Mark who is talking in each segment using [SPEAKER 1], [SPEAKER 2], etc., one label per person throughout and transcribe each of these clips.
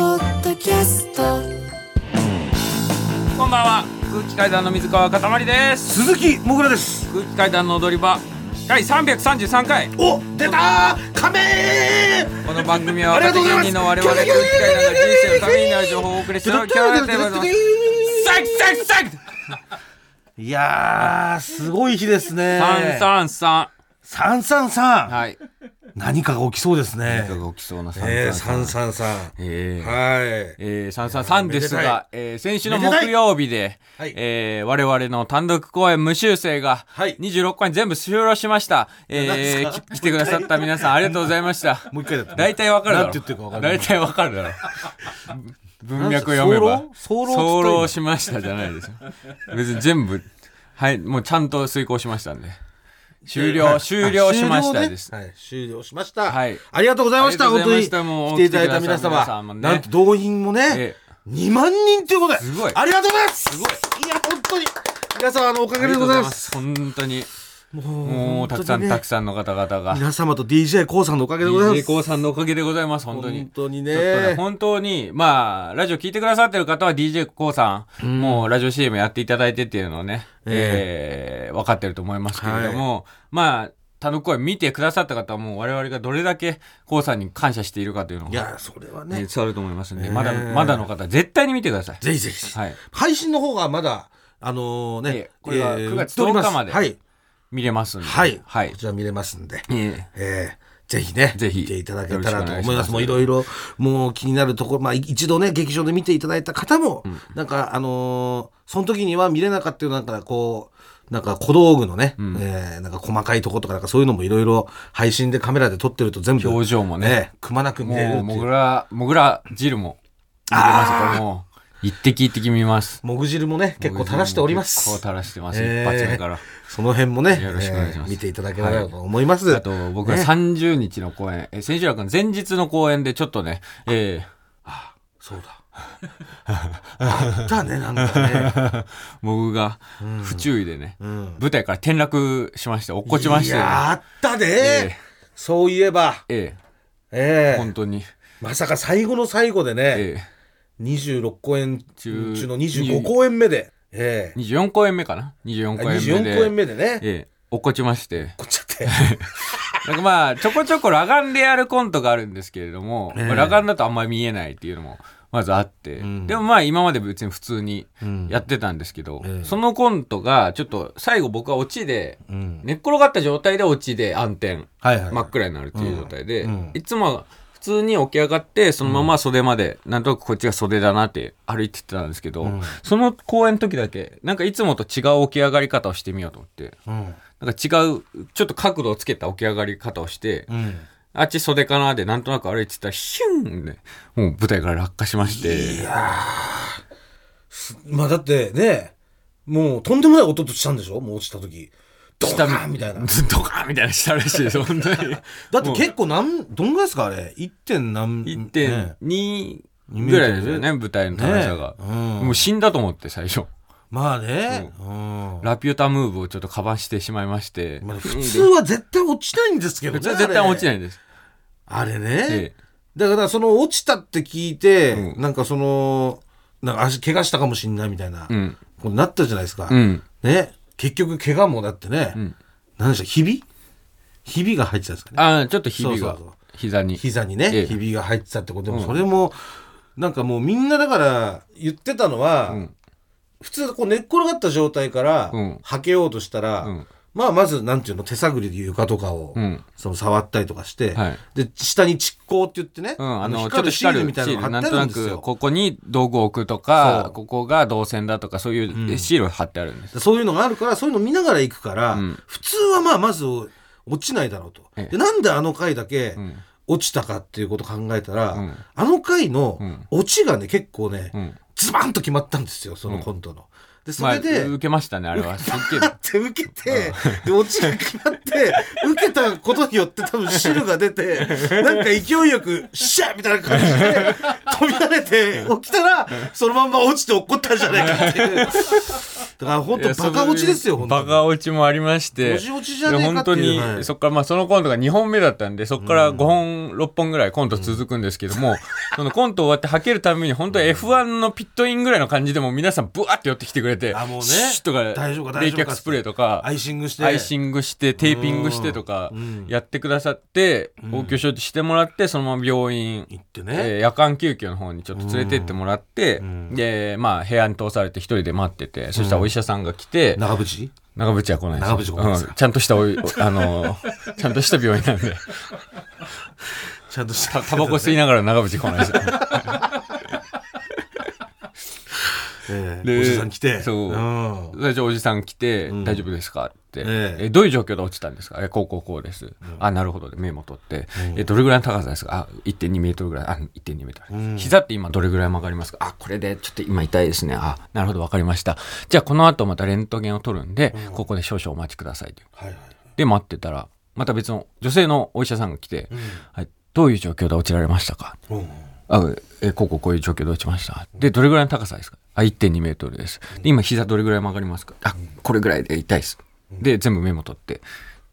[SPEAKER 1] キャスト
[SPEAKER 2] こんばんは空気階段の水川かたまりです
[SPEAKER 3] 鈴木もぐらです
[SPEAKER 2] 空気階段の踊り場第333回
[SPEAKER 3] お出たー亀ー
[SPEAKER 2] この番組は
[SPEAKER 3] ありがと
[SPEAKER 2] 若
[SPEAKER 3] うご
[SPEAKER 2] 手
[SPEAKER 3] ざい
[SPEAKER 2] 芸人
[SPEAKER 3] ます
[SPEAKER 2] の我々空気階段が人生のためになる情報をお送りするキャラテーブルのサクサクサク
[SPEAKER 3] いやーすごい日ですね
[SPEAKER 2] 三三三
[SPEAKER 3] 三三三
[SPEAKER 2] はい
[SPEAKER 3] 何かが起きそうですね
[SPEAKER 2] が起きそうな三
[SPEAKER 3] えー
[SPEAKER 2] 三
[SPEAKER 3] 三三三
[SPEAKER 2] えー
[SPEAKER 3] はい
[SPEAKER 2] えー、333です
[SPEAKER 3] めでた
[SPEAKER 2] が、えー先週の木曜日で、
[SPEAKER 3] めでたいはい
[SPEAKER 2] えー我々の単独公演無修正が、
[SPEAKER 3] はい
[SPEAKER 2] 26回全部終了しました。え
[SPEAKER 3] 何
[SPEAKER 2] ー
[SPEAKER 3] すか
[SPEAKER 2] き来てくださった皆さんありがとうございました。
[SPEAKER 3] もう一回だった
[SPEAKER 2] 大体わかるだろ。
[SPEAKER 3] なんて言ってるかわかんない
[SPEAKER 2] 大体わかるだろ。 文脈読めば。
[SPEAKER 3] 早漏
[SPEAKER 2] 早
[SPEAKER 3] 早漏
[SPEAKER 2] 漏しましたじゃないですよ。別に全部、はい、もうちゃんと遂行しましたんで。終了、終了しましたです。
[SPEAKER 3] はい終了しました
[SPEAKER 2] はい
[SPEAKER 3] ありがとうございました
[SPEAKER 2] ありが
[SPEAKER 3] 本
[SPEAKER 2] とうご
[SPEAKER 3] 当
[SPEAKER 2] ざいま
[SPEAKER 3] に
[SPEAKER 2] したもう
[SPEAKER 3] 来ていただいた皆
[SPEAKER 2] 来てください皆さんも
[SPEAKER 3] 様
[SPEAKER 2] ね
[SPEAKER 3] なんと動員もね
[SPEAKER 2] ええ
[SPEAKER 3] 2万人ということです
[SPEAKER 2] ごい
[SPEAKER 3] ありがとうございますすごいいや本当に皆様のおか
[SPEAKER 2] あ
[SPEAKER 3] げでございます
[SPEAKER 2] りがとうございます。本当に。も
[SPEAKER 3] も
[SPEAKER 2] う、
[SPEAKER 3] う
[SPEAKER 2] たくさん、
[SPEAKER 3] 本当にね
[SPEAKER 2] たくさんの方々が。
[SPEAKER 3] 皆様と d j k o さんのおかげでございます
[SPEAKER 2] DJ コさんのおかげでございます、本当に
[SPEAKER 3] 本。当に
[SPEAKER 2] ちょっとね
[SPEAKER 3] ね
[SPEAKER 2] 本当に、まあ、ラジオ聞いてくださってる方は DJ コウさん、もうラジオ CM やっていただいてっていうのをね、えー分かってると思いますけれども、まあ、単独公演見てくださった方はもう我々がどれだけコウさんに感謝しているかというの
[SPEAKER 3] い
[SPEAKER 2] が、
[SPEAKER 3] やそれは
[SPEAKER 2] ね、
[SPEAKER 3] ね
[SPEAKER 2] 伝わると思いますんで、まだ、まだの方、絶対に見てください。
[SPEAKER 3] ぜひぜひ
[SPEAKER 2] はい。
[SPEAKER 3] 配信の方がまだあの
[SPEAKER 2] え
[SPEAKER 3] ね
[SPEAKER 2] えこれは
[SPEAKER 3] ええ
[SPEAKER 2] 9月
[SPEAKER 3] 売っておりす
[SPEAKER 2] 10日まで
[SPEAKER 3] はい
[SPEAKER 2] 見れますんで。
[SPEAKER 3] はい
[SPEAKER 2] はい
[SPEAKER 3] こ。ちら見れますんで
[SPEAKER 2] えー
[SPEAKER 3] ええぜひね、
[SPEAKER 2] ぜひ
[SPEAKER 3] 見ていただけたらと
[SPEAKER 2] よろしくお願いしま
[SPEAKER 3] 思い
[SPEAKER 2] す
[SPEAKER 3] ます。もういろいろ、もう気になるところ、まあい一度ね、劇場で見ていただいた方も、なんか、あのーその時には見れなかったような、なんかこう、なんか小道具のね、えーなんか細かいとことか、なんかそういうのもいろいろ配信でカメラで撮ってると全部、
[SPEAKER 2] 表情もね
[SPEAKER 3] くまなく見れるって
[SPEAKER 2] も、
[SPEAKER 3] いうう。
[SPEAKER 2] もぐら、もぐら汁も見れますから、もう、一滴一滴見ます。
[SPEAKER 3] もぐ汁もね、結構垂らしております。
[SPEAKER 2] 結構垂らしてます、
[SPEAKER 3] えー
[SPEAKER 2] 一発目から。
[SPEAKER 3] その辺もね、
[SPEAKER 2] よろしくお願いします
[SPEAKER 3] えー見ていただけたらと思います。
[SPEAKER 2] あと、僕は
[SPEAKER 3] ね
[SPEAKER 2] 30日の公演、え千秋楽の前日の公演でちょっとね、え
[SPEAKER 3] そうだ。あったね、なんか ね。
[SPEAKER 2] ー僕が不注意でね、
[SPEAKER 3] うん
[SPEAKER 2] 舞台から転落しまして、落っこちまして、
[SPEAKER 3] い
[SPEAKER 2] ね、
[SPEAKER 3] やあったで、
[SPEAKER 2] ええ
[SPEAKER 3] そういえば、
[SPEAKER 2] ええ
[SPEAKER 3] ええ
[SPEAKER 2] 本当に、
[SPEAKER 3] まさか最後の最後でね、
[SPEAKER 2] ええ
[SPEAKER 3] 26公演
[SPEAKER 2] 中
[SPEAKER 3] 中の25公演目で、ええ
[SPEAKER 2] 24公演目かな ?24 公演目で、
[SPEAKER 3] 24公演目でね、
[SPEAKER 2] ええ落っこちまして、
[SPEAKER 3] こっちゃって。
[SPEAKER 2] なんかまあ、ちょこちょこラガンでやるコントがあるんですけれども、
[SPEAKER 3] ええ
[SPEAKER 2] まあラガンだとあんまり見えないっていうのも、まずあって、
[SPEAKER 3] ん
[SPEAKER 2] でもまあ今まで別に普通に
[SPEAKER 3] うん
[SPEAKER 2] やってたんですけど、
[SPEAKER 3] ええ
[SPEAKER 2] そのコントがちょっと最後僕はオチで、
[SPEAKER 3] うん
[SPEAKER 2] 寝っ転がった状態でオチで暗転、
[SPEAKER 3] はいはい。
[SPEAKER 2] 真っ暗になるっていう状態で、
[SPEAKER 3] うんうん
[SPEAKER 2] いつもは普通に起き上がってそのまま袖まで、なんとなくこっちが袖だなって歩いてってたんですけど、
[SPEAKER 3] うん
[SPEAKER 2] その公演の時だけなんかいつもと違う起き上がり方をしてみようと思って
[SPEAKER 3] うん。
[SPEAKER 2] なんか違うちょっと角度をつけた起き上がり方をして、
[SPEAKER 3] うん。
[SPEAKER 2] あっち袖かなでなんとなく歩いてたらヒュンでもう舞台から落下しまして
[SPEAKER 3] まあだってね、もうとんでもない音としたんでしょもう落ちた時。ドカーンみたいな。
[SPEAKER 2] ずっとかみたいなしたらしいです本当 に
[SPEAKER 3] だって結構なん、どんぐらいですかあれ ?1. 点何ね
[SPEAKER 2] 1.2ぐらいですよね舞台の高さが、
[SPEAKER 3] ねうん
[SPEAKER 2] もう死んだと思って最初
[SPEAKER 3] まあね。うん。
[SPEAKER 2] ラピュタムーブをちょっとカバンしてしまいまして、
[SPEAKER 3] まあ普通は絶対落ちないんですけどね。。
[SPEAKER 2] 普通は絶対落ちないいんです。
[SPEAKER 3] あれ
[SPEAKER 2] え
[SPEAKER 3] ね。だからその落ちたって聞いて、
[SPEAKER 2] うん
[SPEAKER 3] なんかその、なんか足怪我したかもしんないみたいな、
[SPEAKER 2] えうん。
[SPEAKER 3] こうなったじゃないですか。
[SPEAKER 2] うん。
[SPEAKER 3] ね。結局怪我もだってね、
[SPEAKER 2] うん。
[SPEAKER 3] 何でしたひびひびが入ってたんですかね。
[SPEAKER 2] ああ、ちょっとひび
[SPEAKER 3] そう
[SPEAKER 2] が
[SPEAKER 3] そうそう、
[SPEAKER 2] 膝に。
[SPEAKER 3] 膝に
[SPEAKER 2] ええ
[SPEAKER 3] ね、ひびが入ってたってことでも、それも、なんかもうみんなだから言ってたのは、
[SPEAKER 2] うん
[SPEAKER 3] 普通こう寝っ転がった状態から
[SPEAKER 2] うん、
[SPEAKER 3] はけようとしたら、
[SPEAKER 2] うん
[SPEAKER 3] まあまず、なんていうの、手探りで床とかを、
[SPEAKER 2] うん。
[SPEAKER 3] その触ったりとかして、
[SPEAKER 2] はい
[SPEAKER 3] で下に蓄光って言ってね、
[SPEAKER 2] うん、あの、ちょっ
[SPEAKER 3] 光
[SPEAKER 2] と
[SPEAKER 3] るシー
[SPEAKER 2] 光
[SPEAKER 3] ル
[SPEAKER 2] る
[SPEAKER 3] みたいなの
[SPEAKER 2] な
[SPEAKER 3] が貼
[SPEAKER 2] ん
[SPEAKER 3] って
[SPEAKER 2] と
[SPEAKER 3] あ
[SPEAKER 2] なん
[SPEAKER 3] るです
[SPEAKER 2] く、
[SPEAKER 3] よ。
[SPEAKER 2] ここに道具を置くとか
[SPEAKER 3] そ、う
[SPEAKER 2] ここが導線だとか、そういうえシールを貼ってあるんです。
[SPEAKER 3] そういうのがあるからそういうの見ながら行くから、
[SPEAKER 2] うん
[SPEAKER 3] 普通はまあまず落ちないだろうと。
[SPEAKER 2] ええ
[SPEAKER 3] でなんであの回だけ
[SPEAKER 2] うん。
[SPEAKER 3] 落ちたかっていうことを考えたら、
[SPEAKER 2] うん
[SPEAKER 3] あの回
[SPEAKER 2] う
[SPEAKER 3] の
[SPEAKER 2] ん
[SPEAKER 3] 落ちがね結構ね、
[SPEAKER 2] うん。
[SPEAKER 3] ズバンと決まったんですよそのコントの。でそ
[SPEAKER 2] まあ、
[SPEAKER 3] れで、
[SPEAKER 2] 受けましたね、あ れは。すっげえ
[SPEAKER 3] だって受けて、で、落ちが決まって、受けたことによって多分汁が出て、なんか勢いよく、シャーみたいな感じで、飛び跳ねて起きたら、そのまんま落ちて落っこったんじゃないかっていう。だから本
[SPEAKER 2] いや
[SPEAKER 3] 当バカ落ちですよ、
[SPEAKER 2] そうい
[SPEAKER 3] 本
[SPEAKER 2] う
[SPEAKER 3] 当
[SPEAKER 2] バカ落ちもありまして。
[SPEAKER 3] 落ち落ちじゃねえかっていう
[SPEAKER 2] いや本当
[SPEAKER 3] は
[SPEAKER 2] に、
[SPEAKER 3] い
[SPEAKER 2] そっから、まあ、そのコントが2本目だったんで、そっから5本、6本ぐらいコント続くんですけども、そのコント終わってはけるために、本当 F1 のピットインぐらいの感じでも皆さんブワーって寄ってきてくれて、
[SPEAKER 3] あもうね
[SPEAKER 2] シュッと
[SPEAKER 3] 大丈夫
[SPEAKER 2] か、
[SPEAKER 3] か
[SPEAKER 2] 冷
[SPEAKER 3] 大丈夫か
[SPEAKER 2] 却スプレーとか、
[SPEAKER 3] アイシングして
[SPEAKER 2] アイシングして、テーピングしてとか
[SPEAKER 3] うん、
[SPEAKER 2] やってくださって、
[SPEAKER 3] ん
[SPEAKER 2] 応急処置してもらって、そのまま病院、
[SPEAKER 3] 行ってね、
[SPEAKER 2] えー夜間救急の方にちょっと連れてってもらって、
[SPEAKER 3] うん
[SPEAKER 2] で、まあ、部屋に通されて一人で待ってて、そしたらお医者さんが来て、
[SPEAKER 3] 長渕
[SPEAKER 2] 長渕は来ないです。
[SPEAKER 3] 長渕来ないですか
[SPEAKER 2] うんちゃんとしたおい、 おあのー、ちゃんとした病院なんで、
[SPEAKER 3] ちゃんとした
[SPEAKER 2] タバコ吸いながら長渕来ないです。
[SPEAKER 3] え
[SPEAKER 2] で
[SPEAKER 3] えおじさん来て
[SPEAKER 2] そうん最初おじさん来て、
[SPEAKER 3] ん
[SPEAKER 2] 大丈夫ですかって、
[SPEAKER 3] ええ
[SPEAKER 2] えどういう状況で落ちたんですかえこうこうこうです、あなるほどでメモ取って、えどれぐらいの高さですかあ1.2メートルぐらいあ1.2メートル、
[SPEAKER 3] うん
[SPEAKER 2] 膝って今どれぐらい曲がりますかあこれでちょっと今痛いですねあなるほどわかりましたじゃあこの後またレントゲンを取るんで、ここで少々お待ちくださいと
[SPEAKER 3] はいはい
[SPEAKER 2] で待ってたらまた別の女性のお医者さんが来て、はい、どういう状況で落ちられましたか
[SPEAKER 3] うん
[SPEAKER 2] あえこうこうこういう状況で落ちましたでどれぐらいの高さですかあ1.2メートルですで今膝どれぐらい曲がりますかあこれぐらいで痛いですで全部メモ取って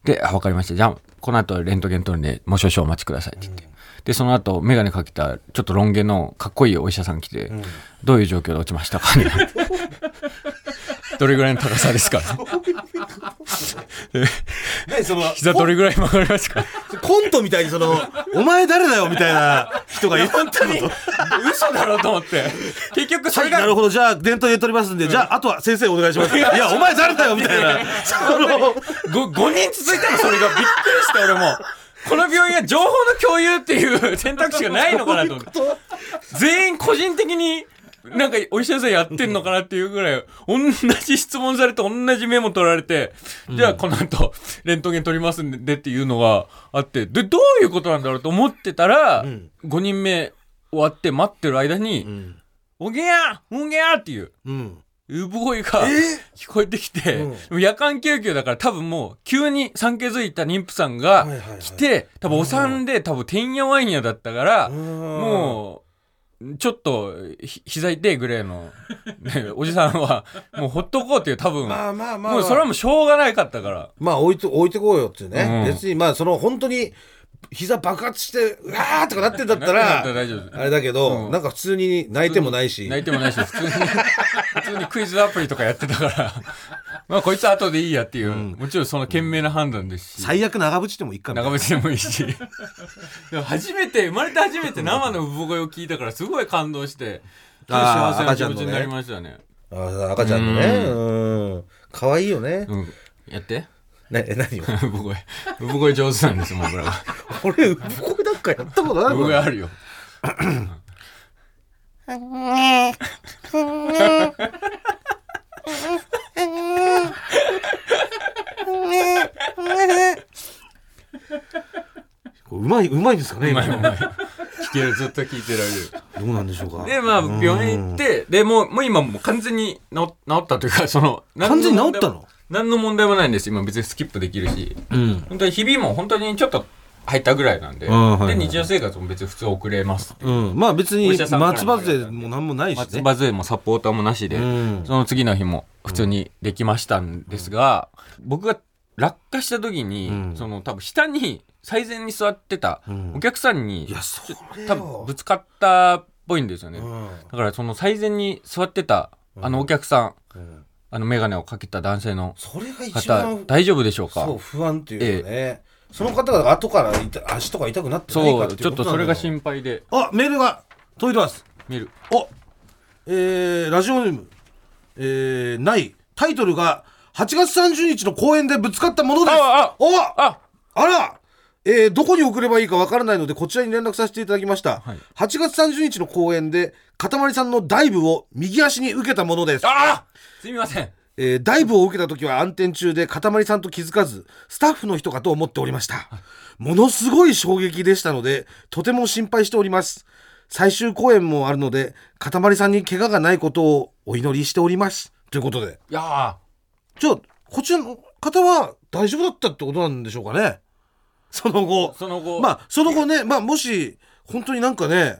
[SPEAKER 2] であ分かりましたじゃあこの後レントゲン取るんでもう少々お待ちくださいって言ってでその後眼鏡かけたちょっとロン毛のかっこいいお医者さん来て、どういう状況で落ちま したかどれぐらいの高さですか
[SPEAKER 3] 何その
[SPEAKER 2] 膝どれぐらい曲がりますか
[SPEAKER 3] コントみたいにその「お前誰だよ」みたいな人が言わんってこと
[SPEAKER 2] 嘘だろうと思って結局そ
[SPEAKER 3] は
[SPEAKER 2] れ
[SPEAKER 3] い、
[SPEAKER 2] が
[SPEAKER 3] なるほど。じゃあ、伝統で取りますんで、じゃあ、あとは先生お願いします。いや、お前誰だよみたいな。その、
[SPEAKER 2] 5, 人続いたのそれがびっくりして俺もこの病院は情報の共有っていう 選択肢がないのかなと思って全員個人的になんかお医者さんやってんのかなっていうぐらい同じ質問されて同じメモ取られて、じゃあこの後レントゲン取りますんでっていうのがあってでどういうことなんだろうと思ってたら、
[SPEAKER 3] ん
[SPEAKER 2] 5人目終わって待ってる間に「
[SPEAKER 3] ん
[SPEAKER 2] おげやおげや!」っていう
[SPEAKER 3] うん。
[SPEAKER 2] 産声が聞こえてきて、
[SPEAKER 3] うん
[SPEAKER 2] でも夜間救急だから多分もう急に産気づいた妊婦さんが
[SPEAKER 3] はいはいはい
[SPEAKER 2] 来て、多分お産で多分てんやわんやだったから、
[SPEAKER 3] も
[SPEAKER 2] もうちょっとひ膝痛いぐらいの、 ね、おじさんはもうほっとこうっていう多分、
[SPEAKER 3] まあまあまあ、
[SPEAKER 2] もうそれはもうしょうがないかったから。
[SPEAKER 3] まあ、置いて、置いてこうよっていうね。
[SPEAKER 2] うん
[SPEAKER 3] 別に、まあ、その、本当に、膝爆発して、うわーとかなってんだった
[SPEAKER 2] な
[SPEAKER 3] ら、
[SPEAKER 2] んか大丈夫
[SPEAKER 3] あれだけど、
[SPEAKER 2] うん
[SPEAKER 3] なんか普通に泣いてもないし、
[SPEAKER 2] 泣いてもないし、普 通に、普通にクイズアプリとかやってたから、まあこいつは後でいいやっていう、もちろんその賢明な判断ですし。
[SPEAKER 3] 最悪長渕でもいいかみたい
[SPEAKER 2] 長
[SPEAKER 3] な
[SPEAKER 2] 渕でもいい しでも初めて生まれて初めて生の産声を聞いたからすごい感動して
[SPEAKER 3] あー
[SPEAKER 2] 幸せな気持ちになりましたね
[SPEAKER 3] あー赤ちゃんのね。うん。可愛いよね。
[SPEAKER 2] うんやって
[SPEAKER 3] ね、え、何よ
[SPEAKER 2] 産声産声上手なんですよ僕らは
[SPEAKER 3] 俺、これなんかやったことない
[SPEAKER 2] 産
[SPEAKER 3] もん
[SPEAKER 2] 声あるよ
[SPEAKER 3] うまい、うまいですかね、
[SPEAKER 2] う
[SPEAKER 3] 今
[SPEAKER 2] まいう
[SPEAKER 3] の。
[SPEAKER 2] まい聞けるずっと聞いてられる
[SPEAKER 3] どうなんでしょう か。
[SPEAKER 2] でまあ病院行ってでもうもう今もう完全に治治ったというかその何の問題も
[SPEAKER 3] 完全に治ったの
[SPEAKER 2] 何の問題もないんです今別にスキップできるし
[SPEAKER 3] うん。
[SPEAKER 2] 本当にひびも本当にちょっと入ったぐらいなんで、
[SPEAKER 3] あーはいはい
[SPEAKER 2] で日常生活も別に普通遅れます
[SPEAKER 3] うん、まあ別
[SPEAKER 2] お
[SPEAKER 3] に
[SPEAKER 2] 医者さんから
[SPEAKER 3] 松葉勢も何もないし
[SPEAKER 2] 松
[SPEAKER 3] ね。
[SPEAKER 2] 葉杖もサポーターもなしで、
[SPEAKER 3] うん
[SPEAKER 2] その次の日も普通にできましたんですが、僕が落下した時に、
[SPEAKER 3] うん
[SPEAKER 2] その多分下に最前に座ってた
[SPEAKER 3] うん
[SPEAKER 2] お客さんに、
[SPEAKER 3] いや、それ
[SPEAKER 2] 多分
[SPEAKER 3] よ
[SPEAKER 2] ぶ。つかったっぽいんですよね、
[SPEAKER 3] うん
[SPEAKER 2] だからその最前に座ってたあのお客さん、
[SPEAKER 3] うん
[SPEAKER 2] あの眼鏡をかけた男性の
[SPEAKER 3] それが一
[SPEAKER 2] 方
[SPEAKER 3] 番
[SPEAKER 2] 大丈夫でしょうか
[SPEAKER 3] そう不安っていうかね。その方が後から痛足とか痛くなってない
[SPEAKER 2] そ
[SPEAKER 3] か
[SPEAKER 2] う
[SPEAKER 3] ってい
[SPEAKER 2] ちょ
[SPEAKER 3] う
[SPEAKER 2] っ
[SPEAKER 3] こと
[SPEAKER 2] とそ
[SPEAKER 3] なんだ
[SPEAKER 2] れ
[SPEAKER 3] よ
[SPEAKER 2] が心配で
[SPEAKER 3] あ、メールが届いてます。
[SPEAKER 2] 見る
[SPEAKER 3] お、えー、ラジオネーム、えー、ない。タイトルが、8月30日の公演でぶつかったものです。
[SPEAKER 2] ああ
[SPEAKER 3] お
[SPEAKER 2] あ
[SPEAKER 3] あらえーどこに送ればいいかわからないので、こちらに連絡させていただきました。
[SPEAKER 2] はい
[SPEAKER 3] 8月30日の公演で、かたまりさんのダイブを右足に受けたものです。
[SPEAKER 2] あすみません
[SPEAKER 3] えーダイブを受けた時は暗転中で、かたまりさんと気づかず、スタッフの人かと思っておりました。ものすごい衝撃でしたので、とても心配しております。最終公演もあるので、かたまりさんに怪我がないことをお祈りしております。ということで。
[SPEAKER 2] いやー
[SPEAKER 3] じゃあ、こちらの方は大丈夫だったってことなんでしょうかねその後。
[SPEAKER 2] その後、
[SPEAKER 3] まあその後ね、まあ、もし本当になんかね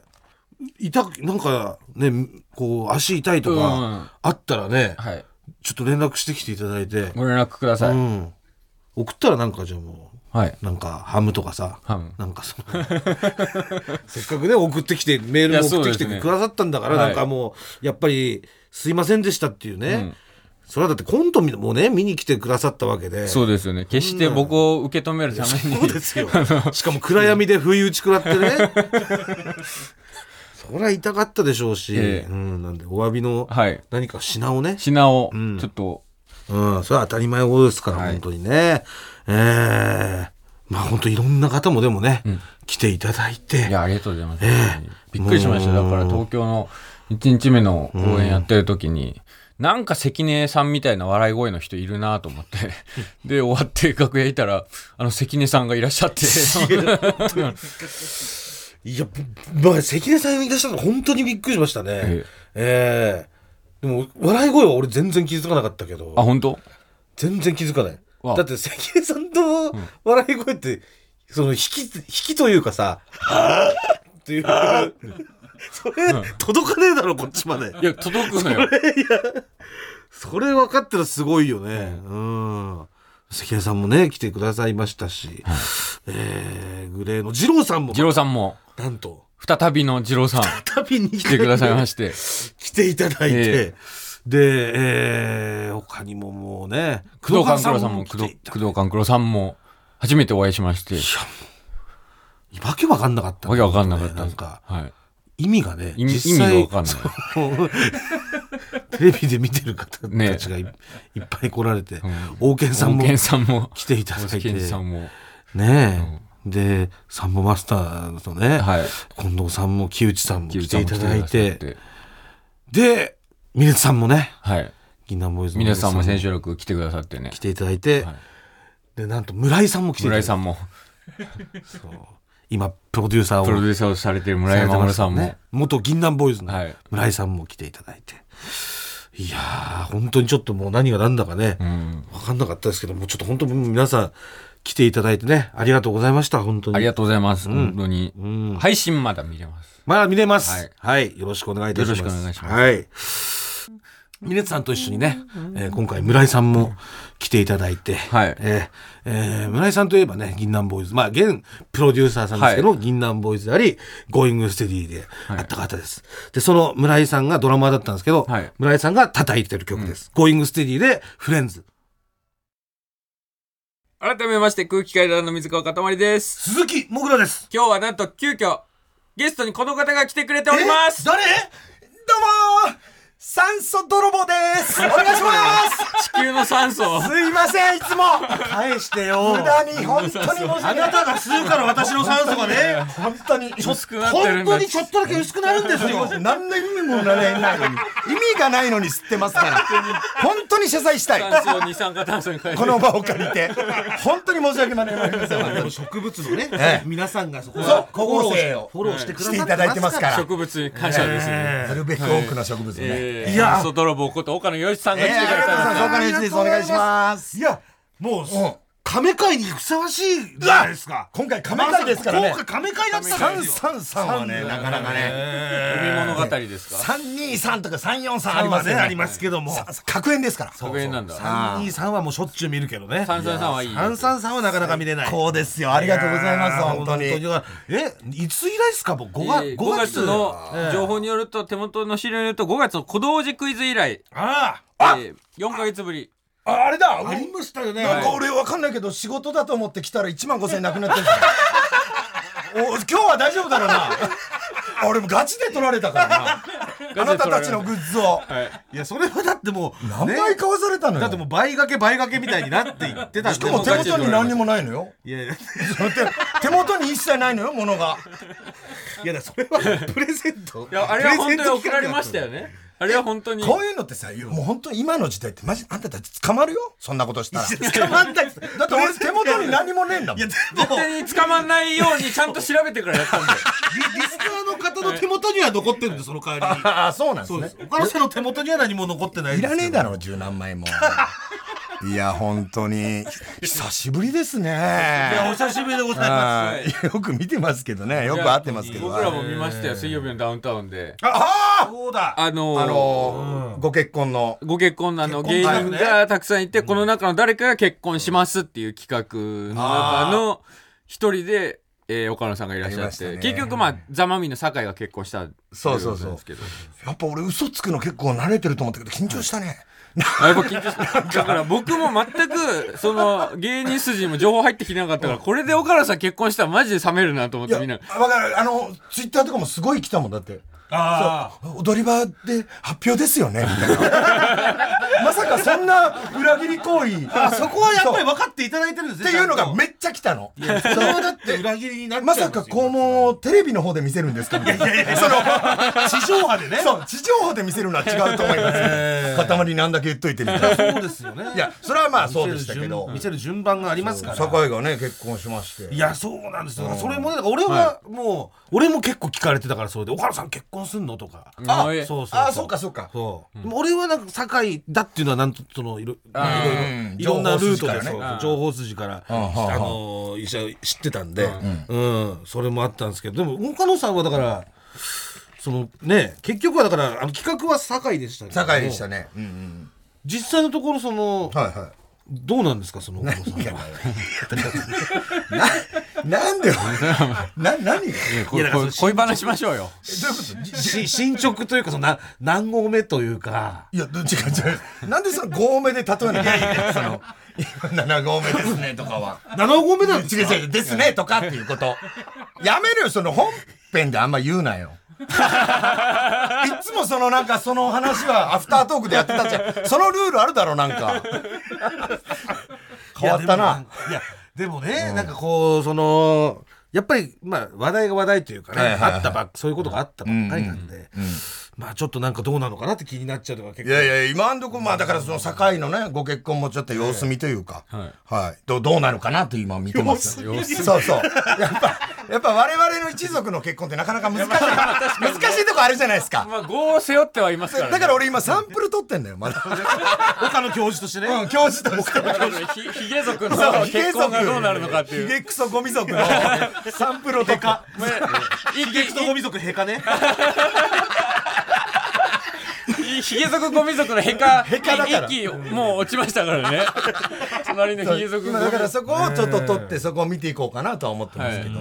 [SPEAKER 3] 痛くなんかねこう足痛いと
[SPEAKER 2] うんうん
[SPEAKER 3] かあったらね、
[SPEAKER 2] はい
[SPEAKER 3] ちょっと連絡してきていただいて、
[SPEAKER 2] ご連絡ください、
[SPEAKER 3] うん、送ったらなんかじゃあもう
[SPEAKER 2] はい。
[SPEAKER 3] なんかハムとかさ、
[SPEAKER 2] ハム
[SPEAKER 3] なんかそ のせっかくね送ってきてメール
[SPEAKER 2] いや
[SPEAKER 3] も送
[SPEAKER 2] そ
[SPEAKER 3] ってき
[SPEAKER 2] うです
[SPEAKER 3] て
[SPEAKER 2] ね
[SPEAKER 3] くださったんだから、
[SPEAKER 2] はい
[SPEAKER 3] なんかもうやっぱりすいませんでしたっていうね、
[SPEAKER 2] うん
[SPEAKER 3] それはだってコントもね見に来てくださったわけで
[SPEAKER 2] そうですよね。決して僕を受け止めるために。
[SPEAKER 3] そうですよ。しかも暗闇で不意打ち食らってね。 そりゃ痛かったでしょうし、
[SPEAKER 2] ええ
[SPEAKER 3] うん、なんでお詫びの
[SPEAKER 2] はい。
[SPEAKER 3] 何か品をね、
[SPEAKER 2] 品を
[SPEAKER 3] ん、
[SPEAKER 2] ちょっと、
[SPEAKER 3] うん、それは当たり前のことですから、
[SPEAKER 2] はい
[SPEAKER 3] 本当にね。ええまあ本当いろんな方もでもね、来ていただ
[SPEAKER 2] い
[SPEAKER 3] いて、
[SPEAKER 2] や、ありがとうございます。
[SPEAKER 3] え
[SPEAKER 2] びっくりしました。
[SPEAKER 3] もう
[SPEAKER 2] だから東京の1日目の公演やってる時に、なんか関根さんみたいな笑い声の人いるなと思 って。で、終わって楽屋いたら、あの関根さんがいらっしゃって。
[SPEAKER 3] いや、まあ、関根さんいらっしゃるの本当にびっくりしましたね。
[SPEAKER 2] え
[SPEAKER 3] ええでも、笑い声は俺全然気づかなかったけ ど。
[SPEAKER 2] あ、本当
[SPEAKER 3] 全然気づかない
[SPEAKER 2] わ。あ
[SPEAKER 3] だって関根さんの笑い声って、その引き、引きというかさ、っていう。それ、届かねえだろ、こっちまで。
[SPEAKER 2] いや、届くのよ。
[SPEAKER 3] それ分かったらすごいよね。うん。関根さんもね、来てくださいましたし、えー、グレーの二郎さんも、
[SPEAKER 2] 二郎さんも、
[SPEAKER 3] なんと、
[SPEAKER 2] 再びの二郎さん、
[SPEAKER 3] 旅に来
[SPEAKER 2] 来てくださいま して。
[SPEAKER 3] 来ていただい
[SPEAKER 2] え
[SPEAKER 3] て、で、えー、他にももうね、
[SPEAKER 2] 工藤官九郎さんも、
[SPEAKER 3] 来
[SPEAKER 2] 工
[SPEAKER 3] て
[SPEAKER 2] 藤
[SPEAKER 3] いただいて
[SPEAKER 2] 工藤官九郎さんも、初めてお会いしまして、
[SPEAKER 3] いや、わけわかんなかったね、
[SPEAKER 2] わけわかんなかった
[SPEAKER 3] なん
[SPEAKER 2] です。
[SPEAKER 3] か、
[SPEAKER 2] はい。
[SPEAKER 3] 意味がね、
[SPEAKER 2] 意味意味がわかんない
[SPEAKER 3] そう テレビで見てる方たちがい,、っぱい来られて、王健さんも
[SPEAKER 2] 大健さんも、
[SPEAKER 3] 来ていただ
[SPEAKER 2] 大
[SPEAKER 3] いて、
[SPEAKER 2] 健さ
[SPEAKER 3] ね
[SPEAKER 2] ん も、
[SPEAKER 3] え、で、サンボマスターとね、
[SPEAKER 2] はい。
[SPEAKER 3] 近藤さんも木内さんも来てい
[SPEAKER 2] 木
[SPEAKER 3] ただい
[SPEAKER 2] 内さんも来
[SPEAKER 3] て、
[SPEAKER 2] くださって
[SPEAKER 3] で、ミネツさんもね、
[SPEAKER 2] はい。
[SPEAKER 3] 銀杏ボーイズの
[SPEAKER 2] 皆さんも
[SPEAKER 3] ミネ
[SPEAKER 2] 千
[SPEAKER 3] ツ
[SPEAKER 2] 秋楽来てくださってね
[SPEAKER 3] 来。ていただいて、
[SPEAKER 2] はい
[SPEAKER 3] で、なんと村井さんも来て
[SPEAKER 2] 村
[SPEAKER 3] いただい
[SPEAKER 2] 井
[SPEAKER 3] て、
[SPEAKER 2] さんも、
[SPEAKER 3] そう今、プロデューサーを
[SPEAKER 2] プロデューサーをされてる村井
[SPEAKER 3] されてま
[SPEAKER 2] 守
[SPEAKER 3] すか
[SPEAKER 2] さ
[SPEAKER 3] ら
[SPEAKER 2] ん
[SPEAKER 3] ね
[SPEAKER 2] も。
[SPEAKER 3] 元銀杏ボーイズの
[SPEAKER 2] はい
[SPEAKER 3] 村井さんも来ていただいて、い、やー本当にちょっともう何が何だかね、
[SPEAKER 2] うん。
[SPEAKER 3] 分かんなかったですけどもうちょっと本当に皆さん来ていただいてねありがとうございました本当に
[SPEAKER 2] ありがとうございます。
[SPEAKER 3] ん
[SPEAKER 2] 本当に
[SPEAKER 3] うん。
[SPEAKER 2] 配信まだ見れます。
[SPEAKER 3] まだ見れます
[SPEAKER 2] は
[SPEAKER 3] はいい、よろしくお願いいたします
[SPEAKER 2] よろしくお願いします
[SPEAKER 3] はいミネツさんと一緒にね、えー今回村井さんも来ていただいて、
[SPEAKER 2] はい
[SPEAKER 3] えーえー村井さんといえばね、銀杏ボーイズ、まあ、現プロデューサーさんですけど、銀杏ボーイズであり、ゴーイングステディであった方です。で、その村井さんがドラマーだったんですけど、
[SPEAKER 2] はい
[SPEAKER 3] 村井さんが叩いてる曲です。ゴーイングステディでフレンズ。
[SPEAKER 2] 改めまして空気階段の水川かたまりです。
[SPEAKER 3] 鈴木もぐらです。
[SPEAKER 2] 今日はなんと急遽、ゲストにこの方が来てくれております。
[SPEAKER 3] 誰
[SPEAKER 1] どうもー酸素泥棒ですお願いします
[SPEAKER 2] 地球の酸素を。
[SPEAKER 1] すいません、いつも
[SPEAKER 3] 返してよ
[SPEAKER 1] 無駄に、本当に申し訳
[SPEAKER 3] あ
[SPEAKER 1] ない
[SPEAKER 3] なたが吸うから私の酸素がね、
[SPEAKER 1] 本当にちょ
[SPEAKER 2] 薄くなってるん
[SPEAKER 3] 本当
[SPEAKER 2] だ
[SPEAKER 3] に。ちょっとだけ薄くなるんですよ。
[SPEAKER 1] 何の意味もないないのに意味がないのに吸ってますから本当に謝罪したい
[SPEAKER 2] 酸素を二酸化炭素に変えて
[SPEAKER 1] こ。の場を借りて本当に申し訳ないません
[SPEAKER 3] でも植物のね、
[SPEAKER 1] ええ
[SPEAKER 3] 皆さんがそこ
[SPEAKER 1] そう
[SPEAKER 3] は
[SPEAKER 1] 心を
[SPEAKER 3] フォ
[SPEAKER 1] せ
[SPEAKER 3] ロ
[SPEAKER 1] よ
[SPEAKER 3] ーフォローしてくださって
[SPEAKER 1] していただいてますから
[SPEAKER 2] 植物に感謝ですね。
[SPEAKER 1] なるべく多くの植物をね、
[SPEAKER 2] え
[SPEAKER 3] い
[SPEAKER 2] ー、
[SPEAKER 3] や
[SPEAKER 2] 酸素泥棒こと岡野洋一さんが来てく
[SPEAKER 1] あ
[SPEAKER 2] れ
[SPEAKER 1] りがと
[SPEAKER 2] たんで
[SPEAKER 1] うございます岡野一ですお願いしますいや
[SPEAKER 3] もう
[SPEAKER 1] うん、
[SPEAKER 3] 亀界にふさわしいじゃないですか。
[SPEAKER 1] 今回亀会ですからね
[SPEAKER 3] まさ今回亀界だったんですよ。
[SPEAKER 1] 333はねなかなかね
[SPEAKER 2] すよ。海物語ですか。
[SPEAKER 1] 323とか343
[SPEAKER 3] あ
[SPEAKER 1] あ
[SPEAKER 3] り
[SPEAKER 1] り
[SPEAKER 3] ま
[SPEAKER 1] ますす
[SPEAKER 3] ね、
[SPEAKER 1] よ
[SPEAKER 3] ありますけども。
[SPEAKER 1] さ格円ですから
[SPEAKER 2] 格言なんだ。
[SPEAKER 1] あー
[SPEAKER 3] 323はもうしょっちゅう見るけどね。
[SPEAKER 2] 三三三はいいよ。
[SPEAKER 3] 三三三はなかなか見れない。
[SPEAKER 1] こうですよありがとうございます本当
[SPEAKER 3] い
[SPEAKER 1] に
[SPEAKER 3] やえ、いつ以来ですかもう5
[SPEAKER 2] えー
[SPEAKER 3] 月、
[SPEAKER 2] 5
[SPEAKER 3] 5
[SPEAKER 2] 月
[SPEAKER 3] 月
[SPEAKER 2] の情報によると、手元の資料によると5月の小同時クイズ以来、
[SPEAKER 3] あ
[SPEAKER 2] えー、4か月ぶり
[SPEAKER 1] ああれだ
[SPEAKER 3] あ、ありましたよね。
[SPEAKER 1] なんか
[SPEAKER 3] はい
[SPEAKER 1] 俺わかんないけど仕事だと思って来たら1万5千円なくなってるからお今日は大丈夫だろうなあ俺もガチで取られたからなあなたたちのグッズを
[SPEAKER 3] いや、それはだってもう、
[SPEAKER 1] 何
[SPEAKER 3] ね
[SPEAKER 1] 倍買わされたのよ
[SPEAKER 3] だってもう倍掛け倍掛けみたいになっていってたんで
[SPEAKER 1] しかも手元に何にもないのよ
[SPEAKER 3] いやいや、
[SPEAKER 1] 手元に一切ないのよ物が
[SPEAKER 3] いやだそれはプレゼント。
[SPEAKER 2] いやあれは本当に送られましたよね あれは本当に
[SPEAKER 1] こういうのってさもう本当に今の時代ってマジあんたたち捕まるよそんなことしたら
[SPEAKER 3] プレゼント企画だった。捕まんない
[SPEAKER 1] だって俺手元に何もねえんだもん
[SPEAKER 3] いや、で
[SPEAKER 2] 絶
[SPEAKER 3] も、
[SPEAKER 2] 対に捕まんないようにちゃんと調べてからや ったんだよ
[SPEAKER 3] リリスナーの方の手元には残ってるんで、その代わりに。
[SPEAKER 1] ああそうなんです
[SPEAKER 3] そう
[SPEAKER 1] ね
[SPEAKER 3] です。岡野さんの手元には何も残ってない
[SPEAKER 1] いらねえ
[SPEAKER 3] ろ。
[SPEAKER 1] だろ十何枚もいや、本当に、久しぶりですね。
[SPEAKER 3] お久しぶりでございま
[SPEAKER 1] はいよく見てますけどね。よく会ってますけど。
[SPEAKER 2] 僕らも見ましたよ、水曜日のダウンタウンで。
[SPEAKER 1] あ
[SPEAKER 3] す。そうだ。
[SPEAKER 2] あのー
[SPEAKER 1] ああのー、ご結婚の。
[SPEAKER 2] ご結婚のあの
[SPEAKER 1] 結
[SPEAKER 2] 芸
[SPEAKER 1] 婚
[SPEAKER 2] 人がたくさんいて、この中の誰かが結婚しますっていう企画の中の一人で、えー岡野さんがいらっしゃ
[SPEAKER 1] いま
[SPEAKER 2] っ
[SPEAKER 1] した
[SPEAKER 2] て、
[SPEAKER 1] ね
[SPEAKER 2] 結局まあざまみの酒井が結婚したってい
[SPEAKER 1] そうそうそ
[SPEAKER 2] こ
[SPEAKER 1] う
[SPEAKER 2] とですけど
[SPEAKER 1] やっぱ俺嘘つくの結構慣れてると思ったけど、緊張したね。
[SPEAKER 2] あやっぱ緊張しただから僕も全くその芸人筋も情報入ってきてなかったからこれで岡野さん結婚したらマジで冷めるなと思っ
[SPEAKER 1] い
[SPEAKER 2] て
[SPEAKER 1] や、
[SPEAKER 2] みんな
[SPEAKER 1] わかる。あの、ツイッターとかもすごい来たもんだって。
[SPEAKER 3] あ
[SPEAKER 1] 踊り場で発表ですよねみたいなまさかそんな裏切り行為
[SPEAKER 3] あ。そこはやっぱり分かっていただいてるんです
[SPEAKER 1] っ
[SPEAKER 3] ね。
[SPEAKER 1] ていうの
[SPEAKER 3] ちゃ
[SPEAKER 1] が
[SPEAKER 3] ん
[SPEAKER 1] めっちゃ来たの
[SPEAKER 3] と、それはだって裏切りになっちゃい
[SPEAKER 1] ますさ
[SPEAKER 3] よ
[SPEAKER 1] か肛門をテレビの方で見せるんですかみたいなその
[SPEAKER 3] 地上波でね。
[SPEAKER 1] そう地上波で見せるのは違うと思います
[SPEAKER 3] え
[SPEAKER 1] よ塊なんだけ言っといてみたいな
[SPEAKER 3] そうですよね。
[SPEAKER 1] いやそれはまあそうでしたけど
[SPEAKER 3] 見せる順見せる順番がありますから。
[SPEAKER 1] 酒井がね結婚しまして
[SPEAKER 3] いやそうなんですよ、それもねだから俺はもう、俺も結構聞かれてたからそれで「岡野さん結婚すんの?」とか、
[SPEAKER 2] あ
[SPEAKER 3] そうそうそう
[SPEAKER 1] あそうかそうか
[SPEAKER 3] そう、でも俺はなんか堺だっていうのはなんとそのいろいろ
[SPEAKER 2] あ
[SPEAKER 1] ー
[SPEAKER 3] いろんなルートで
[SPEAKER 1] 情報筋から
[SPEAKER 2] うん
[SPEAKER 3] そう情報筋から、
[SPEAKER 1] ねうん
[SPEAKER 3] あ
[SPEAKER 1] うん
[SPEAKER 3] の医者知ってたんで、うんそれもあったんですけどでも岡野さんはだからそのね結局はだからあの企画は堺でしたけど
[SPEAKER 1] 酒井でしたねうんうん
[SPEAKER 3] 実際のところその、
[SPEAKER 1] はいは
[SPEAKER 3] どうなんですかその岡野 さんは。
[SPEAKER 1] いな んでな何が
[SPEAKER 2] いやこ
[SPEAKER 3] いやだから
[SPEAKER 2] こ恋話しましょうよ
[SPEAKER 1] どういうこ と
[SPEAKER 3] し進捗というかそのな何合目というか
[SPEAKER 1] いや、どっちかじゃなんでその合目で例えなきゃいけないその、今7合目ですねとかは。
[SPEAKER 3] 7合目なんです
[SPEAKER 1] 違う違う、ですねとかっていうこと。やめるよ、その本編であんま言うなよ。いつもそのなんかその話はアフタートークでやってたじゃん。そのルールあるだろ、なんか。変わったな。
[SPEAKER 3] いやでもね、なんかこうそのやっぱりまあ話題が話題というかね、
[SPEAKER 1] はいはいはい
[SPEAKER 3] あったばっそういうことがあったばっかりなんで、まあちょっとなんかどうなのかなって気になっちゃうとか結
[SPEAKER 1] い
[SPEAKER 3] 構
[SPEAKER 1] やいや、今んとこ、まあだからその堺のね、ご結婚もちょっと様子見というか、
[SPEAKER 2] はい
[SPEAKER 1] はい。どうどうなるかなと今見てます。
[SPEAKER 2] 様子見
[SPEAKER 1] そうそう。やっぱ、やっぱ我々の一族の結婚ってなかなか難しい。難しいとこあるじゃないですか。
[SPEAKER 2] まあ業を背負ってはいますから、ね、
[SPEAKER 1] だから俺今サンプル取ってんだよ、ま だ。
[SPEAKER 3] 他の教授としてね、
[SPEAKER 1] うん、教 授として。
[SPEAKER 2] あのひひげ族の
[SPEAKER 1] そう
[SPEAKER 2] 結婚がどうなるのかっていう
[SPEAKER 1] ひげくそゴミ族のサンプルを取って。
[SPEAKER 2] まあいい
[SPEAKER 3] 激闘ゴミ族陛下ね
[SPEAKER 2] いヒゲ族ゴミ族のヘカ、ヘ
[SPEAKER 1] カだから
[SPEAKER 2] 一気、もう落ちましたから ね。隣のヒゲ族ゴ
[SPEAKER 1] 今
[SPEAKER 2] ミ
[SPEAKER 1] だからそこをちょっと取って、そこを見ていこうかなとは思ってますけど。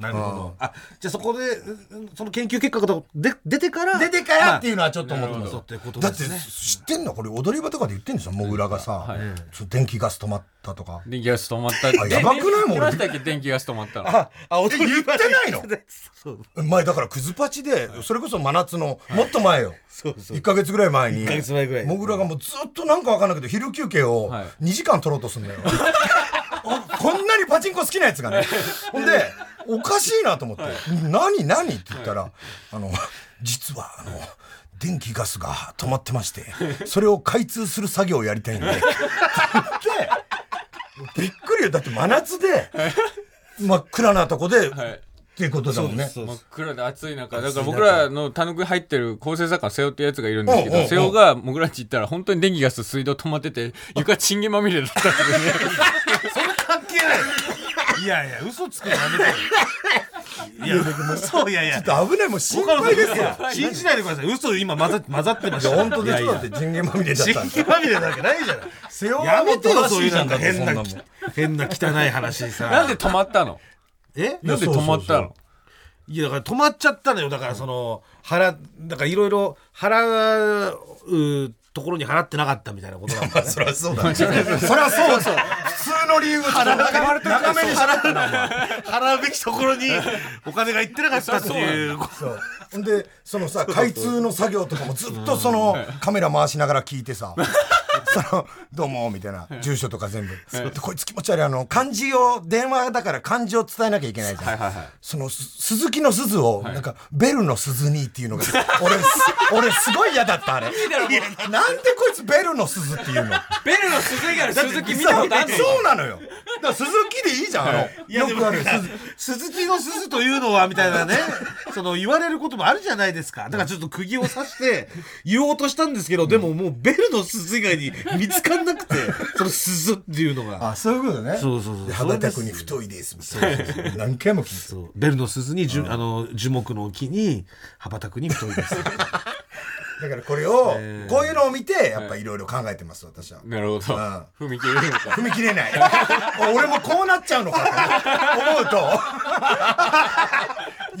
[SPEAKER 3] なるほどあじゃあそこでうんその研究結果がで出てから
[SPEAKER 1] 出てからっていうのはちょっと思ってます
[SPEAKER 3] そうってこと
[SPEAKER 1] だ
[SPEAKER 3] で
[SPEAKER 1] って
[SPEAKER 3] すね
[SPEAKER 1] 知ってんのこれ踊り場とかで言ってんでしょもう裏がさ、そう電気ガス止まったとか
[SPEAKER 2] 電気が止まったって。
[SPEAKER 1] やばくないもん
[SPEAKER 2] で言ってましたっけ電気が止まったの。
[SPEAKER 3] あ踊り場で
[SPEAKER 1] 言ってな
[SPEAKER 3] そう
[SPEAKER 1] 前だからクズパチでそれこそ真夏のもっと前よ
[SPEAKER 3] そうそう
[SPEAKER 1] 1か月ぐらい前に
[SPEAKER 3] 一ヶ月前ぐらい
[SPEAKER 1] もぐらがもうずっとなんかわかんないけど昼休憩を
[SPEAKER 2] はい
[SPEAKER 1] 2時間取ろうとすん だよおこんなにパチンコ好きなやつがねほんでおかしいなと思って「何何?」って言ったら「あの実はあの電気ガスが止まってましてそれを開通する作業をやりたいんで」って言ってびっくりよだって真夏で真っ暗なとこで、
[SPEAKER 2] はい
[SPEAKER 1] っていうことだもんね。
[SPEAKER 2] 真っ暗で暑い中、だから僕らの田のく入ってる構成作家の瀬尾ってやつがいるんですけ
[SPEAKER 1] うんうんう
[SPEAKER 2] ど、
[SPEAKER 1] ん
[SPEAKER 2] 瀬尾が僕らんち行ったら本当に電気ガス水道止まってて、床チンゲまみれだったんで すよね。
[SPEAKER 3] 関係ないいやいや嘘つくのやめてよいや嘘いやいや
[SPEAKER 1] ちょっと危ないもう心配ですよ。
[SPEAKER 3] 信じないでください。嘘今混ざ混ざってまし
[SPEAKER 1] い
[SPEAKER 3] た。
[SPEAKER 1] や本当です
[SPEAKER 3] い
[SPEAKER 1] よだって人間まみれだっ
[SPEAKER 3] や
[SPEAKER 1] たん
[SPEAKER 3] 信
[SPEAKER 1] で
[SPEAKER 3] じまみれなわけないじゃない。
[SPEAKER 1] 背 負
[SPEAKER 3] やめてよそういうなんか
[SPEAKER 1] だって
[SPEAKER 3] 変な
[SPEAKER 1] そんもん
[SPEAKER 3] 変な汚い話さ。
[SPEAKER 2] なんで止まったの
[SPEAKER 3] え？
[SPEAKER 2] なんで止まったの
[SPEAKER 3] いやだから止まっちゃったのよ。だからその腹だからいろいろ払うところに払ってなかったみたいなことなんだね。
[SPEAKER 1] そりゃそうだねそりゃそうそう普通の理由が長長めにしなかったなお前
[SPEAKER 3] 払うべきところにお金が行ってなかったっていう。
[SPEAKER 1] そうほんでそのさ開通の作業とかもずっとそのカメラ回しながら聞いてさその「どうも」みたいな住所とか全部でこいつ気持ち悪いあの漢字を電話だから漢字を伝えなきゃいけないじゃん、
[SPEAKER 2] はいはいはい
[SPEAKER 1] そのす鈴木の鈴をなんかベルの鈴にっていうのが俺す俺すごい嫌だったあれなんでこいつベルの鈴っていうの
[SPEAKER 2] ベルの鈴以外の鈴木見たことあんの
[SPEAKER 1] そうなのよ。だから鈴木でいいじゃん、あ
[SPEAKER 3] い
[SPEAKER 1] の。
[SPEAKER 3] や
[SPEAKER 1] よ
[SPEAKER 3] でも
[SPEAKER 1] くある。鈴
[SPEAKER 3] 鈴木の鈴というのはみたいなね その言われることもあるじゃないですかだからちょっと釘を刺して言おうとしたんですけど、でももうベルの鈴以外に見つかんなくて その鈴っていうのが
[SPEAKER 1] あそういうことね
[SPEAKER 3] そうそうそう
[SPEAKER 1] で羽ばたくに太いですみたいな何回も聞い
[SPEAKER 3] そうベルの鈴にじゅあの樹木の木に羽ばたくに太いです
[SPEAKER 1] ただからこれをこういうのを見てやっぱいろいろ考えてます私は
[SPEAKER 2] なるほど。
[SPEAKER 1] う
[SPEAKER 2] 踏み切れるのか。
[SPEAKER 1] 踏み切れない俺もこうなっちゃうのかと思うと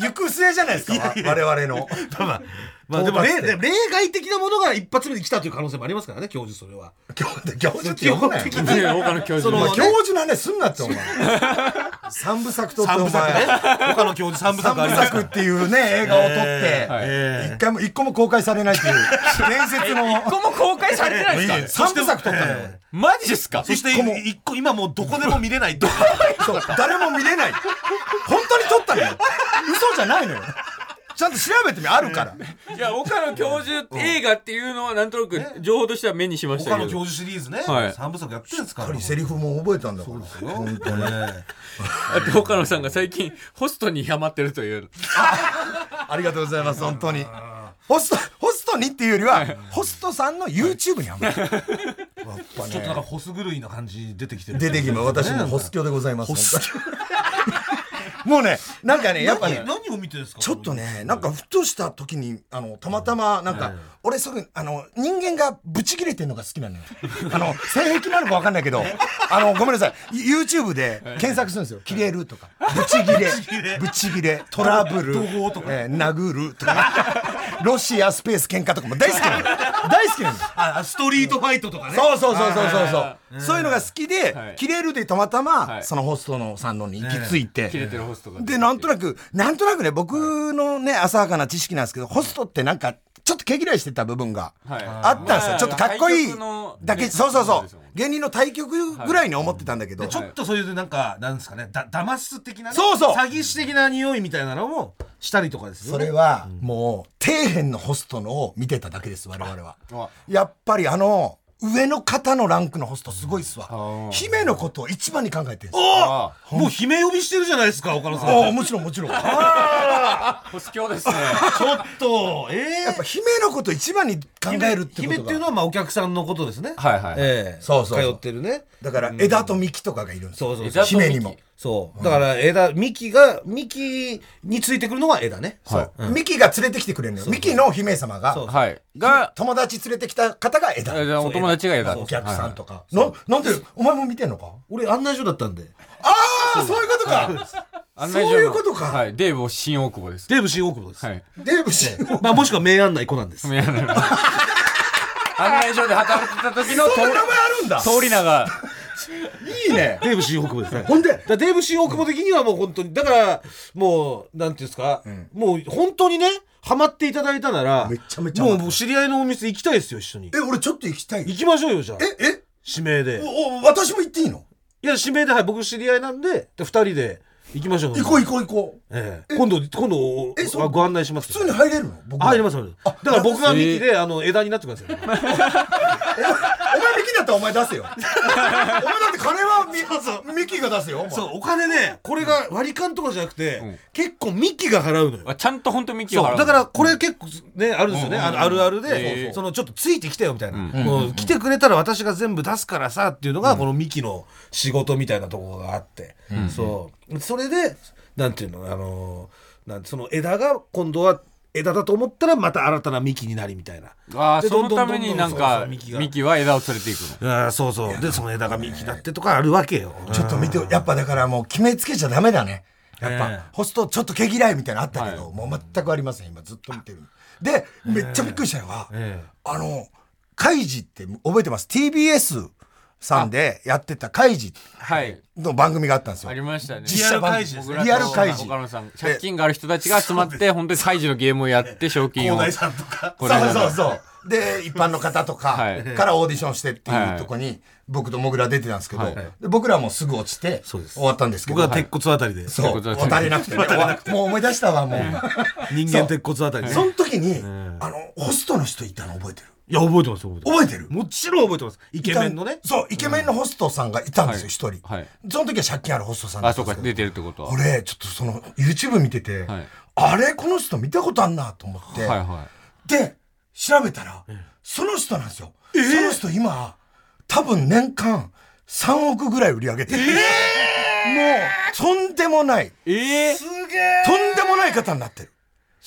[SPEAKER 1] 行く末じゃないですか我々の
[SPEAKER 3] まあまあまあでも
[SPEAKER 1] 到達
[SPEAKER 3] 例
[SPEAKER 1] 点
[SPEAKER 3] でも例外的なものが一発目に来たという可能性もありますからね教授それは
[SPEAKER 1] 教授教授って呼ぶなよ
[SPEAKER 3] 基本的
[SPEAKER 2] ね他の教授
[SPEAKER 3] その
[SPEAKER 1] お
[SPEAKER 2] も
[SPEAKER 1] 前教授の話すんなって お前三部作撮って
[SPEAKER 3] 三
[SPEAKER 1] お
[SPEAKER 3] 部作ね
[SPEAKER 1] 前
[SPEAKER 3] 他の教授三部
[SPEAKER 1] 三
[SPEAKER 3] 作あ
[SPEAKER 1] 部
[SPEAKER 3] りますから
[SPEAKER 1] 作っていうね映画を撮って
[SPEAKER 2] はい
[SPEAKER 3] え
[SPEAKER 1] 一回も一個も公開されないっていう伝 説
[SPEAKER 2] 一
[SPEAKER 1] の
[SPEAKER 2] 個も公開されてないん
[SPEAKER 1] いい
[SPEAKER 2] で
[SPEAKER 1] ね
[SPEAKER 2] すか
[SPEAKER 1] 三部作撮ったのよ
[SPEAKER 3] え
[SPEAKER 2] マジですか
[SPEAKER 3] そして
[SPEAKER 1] 一個も
[SPEAKER 3] 一個今もうどこでも見れない
[SPEAKER 1] そう誰も見れない本当に撮ったのよ嘘じゃないのよちゃんと調べてみあるから
[SPEAKER 2] いや、岡野教授映画っていうのはなんとなく情報としては目にしました
[SPEAKER 3] 他の
[SPEAKER 2] け
[SPEAKER 3] 教
[SPEAKER 2] ど。
[SPEAKER 3] 授シリーズね
[SPEAKER 2] はい
[SPEAKER 3] 三部作やってるんですか
[SPEAKER 1] やっ
[SPEAKER 3] ら
[SPEAKER 1] ぱりセリフも覚えたんだから本当ね
[SPEAKER 3] ええ
[SPEAKER 2] あと岡野さんが最近ホストにハマってるという。
[SPEAKER 1] ありがとうございます本当にホストホストにっていうよりはホストさんの YouTube にハマるやっぱ
[SPEAKER 3] ちょっとなんか
[SPEAKER 1] ね
[SPEAKER 3] ホス狂いな感じ出てきてる
[SPEAKER 1] 出てきます私もホス教でございます本当に もうねなんかねやっぱね
[SPEAKER 3] 何何を見てですか
[SPEAKER 1] ちょっとね、なんかふとした時に、あの、たまたま、なんか、俺、それ、あの、人間がブチ切れてんのが好きなのよ。あの、性癖なのかわかんないけど、あの、ごめんなさい、YouTube で検索するんですよ。切れるとか、ブチ切れ、ブチ切れ、トラブル、
[SPEAKER 3] 怒号とか
[SPEAKER 1] えー殴るとか、ロシアスペース喧嘩とかも大好きなの。大好きなの。
[SPEAKER 3] あストリートファイトとかね
[SPEAKER 1] そうそうそうそうそうそう。そういうのが好きで、
[SPEAKER 2] はい
[SPEAKER 1] 切れるでたまたま、
[SPEAKER 2] はい
[SPEAKER 1] そのホストのさんのに行き着いて。
[SPEAKER 2] 切れてるホストが。
[SPEAKER 1] で、なんとなく、なんとなくね、僕のね、浅はかな知識なんですけど、ホストってなんか、ちょっと毛嫌いしてた部分が、
[SPEAKER 2] はい
[SPEAKER 1] あったんですよ。ちょっとかっこいい
[SPEAKER 2] 対局の
[SPEAKER 1] だけ、
[SPEAKER 2] ね
[SPEAKER 1] そうそう
[SPEAKER 2] そう
[SPEAKER 1] そ
[SPEAKER 2] です
[SPEAKER 1] う
[SPEAKER 2] もんね。
[SPEAKER 1] 芸人の対局ぐらいに思ってたんだけど、
[SPEAKER 3] ちょっとそういうなんかなんですかねだ騙す的なね
[SPEAKER 1] そうそう
[SPEAKER 3] 詐欺師的な匂いみたいなのもしたりとかですよ
[SPEAKER 1] そ
[SPEAKER 3] ね
[SPEAKER 1] れは、もう、底辺のホストのを見てただけです、我々は
[SPEAKER 2] あ。
[SPEAKER 1] やっぱりあの、上の方のランクのホストすごいっすわ
[SPEAKER 2] あ。
[SPEAKER 1] 姫のことを一番に考えてるんです
[SPEAKER 3] おおもう姫呼びしてるじゃないですか岡野さん
[SPEAKER 1] おーもちろんもちろん。や
[SPEAKER 2] ホス教ですね。
[SPEAKER 3] ちょっとええ
[SPEAKER 1] っぱ姫のこと一番に考えるってことが。
[SPEAKER 3] 姫っていうのはまあお客さんのことですね
[SPEAKER 2] はいはい
[SPEAKER 3] ええ
[SPEAKER 1] そうそうそう
[SPEAKER 3] 通ってるね
[SPEAKER 1] だから、枝と幹とかがいるんですよ
[SPEAKER 3] そうそうそ
[SPEAKER 2] 枝
[SPEAKER 3] う
[SPEAKER 2] と
[SPEAKER 1] 姫にも。
[SPEAKER 3] そうだから枝幹が幹についてくるのが枝ね
[SPEAKER 2] はい
[SPEAKER 1] ミキが連れてきてくれるのよ。ミキの姫様
[SPEAKER 3] そう
[SPEAKER 1] が、
[SPEAKER 2] はい。が、
[SPEAKER 1] 友達連れてきた方が枝。
[SPEAKER 2] えお友達がいた。
[SPEAKER 1] お客さんとか。な、なんで、お前も見てんのか
[SPEAKER 3] 俺案内所だったんで
[SPEAKER 1] ああ、そういうことか
[SPEAKER 2] はい。
[SPEAKER 1] そういうことか
[SPEAKER 2] はい。デーブ新大久保です。
[SPEAKER 3] デーブ新大久保です、
[SPEAKER 2] はい。
[SPEAKER 1] デーブ氏。
[SPEAKER 3] まあもしくは名案内コナンです
[SPEAKER 2] 宮野案内所で働いてた時の
[SPEAKER 1] そんな名前あるんだ
[SPEAKER 2] 通り名が。
[SPEAKER 1] いいね。
[SPEAKER 3] デーブ新大久保ですね。
[SPEAKER 1] ほんで
[SPEAKER 3] だからデーブ新大久保的にはもう本当に、だから、もう、なんていうんですか、もう本当にね、ハマっていただいたなら、
[SPEAKER 1] めちゃめちゃハ
[SPEAKER 3] も
[SPEAKER 1] マっ
[SPEAKER 3] う
[SPEAKER 1] てる
[SPEAKER 3] もう知り合いのお店行きたいですよ、一緒に
[SPEAKER 1] え、。俺ちょっと行きたいよ。
[SPEAKER 3] 行きましょうよ、じゃあ。
[SPEAKER 1] え、え
[SPEAKER 3] 指名で。
[SPEAKER 1] おお私も行っていいの
[SPEAKER 3] いや、指名で、はい、僕知り合いなんで、で二人で行きましょう。
[SPEAKER 1] 行こう行こう行こう。
[SPEAKER 3] ええ今度、今度
[SPEAKER 1] えそう
[SPEAKER 3] あご案内します。
[SPEAKER 1] 普通に入れるの僕。
[SPEAKER 3] あ入ります、入ります。だから僕が
[SPEAKER 2] なんで
[SPEAKER 3] 幹で、あの、枝になってください。
[SPEAKER 1] お前、お前ミキだったらお前出せよ。 お前だって金はミミキが出すよ。お前
[SPEAKER 3] そう、お金ね、これが割り勘とかじゃなくて、結構幹が払うのよ。
[SPEAKER 2] あちゃんと本当ミキを払
[SPEAKER 3] そううだからこれ結構ね、あるんですよね、あのあるある
[SPEAKER 2] え
[SPEAKER 3] で、
[SPEAKER 2] え
[SPEAKER 3] そのちょっとついてきたよみたいな、もう来てくれたら私が全部出すからさっていうのが、このミキの仕事みたいなところがあって、そうそれでなんていうのあのなんその枝が今度は枝だと思ったらまた新たなミキになりみたいな。
[SPEAKER 2] ああ
[SPEAKER 3] で
[SPEAKER 2] そ
[SPEAKER 3] ど
[SPEAKER 2] の
[SPEAKER 3] んど
[SPEAKER 2] た
[SPEAKER 3] んど
[SPEAKER 2] め
[SPEAKER 3] んどん
[SPEAKER 2] になん
[SPEAKER 3] そうそ
[SPEAKER 2] か
[SPEAKER 3] うミ
[SPEAKER 2] ミ
[SPEAKER 3] キが
[SPEAKER 2] キは枝を連れていくの
[SPEAKER 3] あーそうそうでその枝がミキだってとかあるわけよ。
[SPEAKER 1] ちょっと見て、やっぱだからもう決めつけちゃダメだね。やっぱ、
[SPEAKER 3] ね
[SPEAKER 1] ホストちょっと毛嫌いみたいなのあったけど、もう全くありません、今ずっと見てる。で、めっちゃびっくりしたのは、
[SPEAKER 3] ええ
[SPEAKER 1] あの、カイジって覚えてます ?TBS さんでやってたカイジ
[SPEAKER 2] はい
[SPEAKER 1] の番組があったんですよ
[SPEAKER 2] あ。りましたね
[SPEAKER 1] 実写
[SPEAKER 3] リア
[SPEAKER 1] 版
[SPEAKER 3] ル開示ですね
[SPEAKER 1] リアル開示。
[SPEAKER 2] 岡野さん借金がある人たちが集まって本当に開示のゲームをやって賞金を
[SPEAKER 3] さんとか
[SPEAKER 2] これ
[SPEAKER 1] そうそうそう。で、一般の方と
[SPEAKER 2] は
[SPEAKER 1] か
[SPEAKER 2] い
[SPEAKER 1] からオーディションしてっていうとこに、僕とモグラ出てたんですけど、で僕らもすぐ落ちて、
[SPEAKER 3] そうです
[SPEAKER 1] 終わったんですけど、
[SPEAKER 3] 僕は鉄骨あたりで、
[SPEAKER 1] そ
[SPEAKER 2] こ
[SPEAKER 1] う、
[SPEAKER 2] とですね
[SPEAKER 1] 渡れなくてね、もう思い出したわ、もう。
[SPEAKER 3] 人間鉄骨あたりで、
[SPEAKER 1] そ
[SPEAKER 3] い
[SPEAKER 1] の時に、あの、ホストの人いたの覚えてる
[SPEAKER 3] や覚えてます覚えてます
[SPEAKER 1] 覚えてる
[SPEAKER 3] もちろん覚えてますイケメンのね
[SPEAKER 1] そう、イケメンのホストさんがいたんですよ、一、人、
[SPEAKER 2] はい
[SPEAKER 1] その時は借金あるホストさんだ
[SPEAKER 2] あ
[SPEAKER 1] った
[SPEAKER 2] そ
[SPEAKER 1] ん
[SPEAKER 2] う
[SPEAKER 1] で
[SPEAKER 2] か
[SPEAKER 1] すけ
[SPEAKER 2] 出
[SPEAKER 1] ど。
[SPEAKER 2] てるってことは
[SPEAKER 1] 俺、ちょっとその、YouTube 見てて、
[SPEAKER 2] はい
[SPEAKER 1] あれ、この人見たことあんなと思って、
[SPEAKER 2] はいは
[SPEAKER 1] で、調べたら、その人なんですよ。その人今、多分年間3億ぐらい売り上げてる。もう、とんでもない、
[SPEAKER 2] ええ
[SPEAKER 1] とんでもない方になってる。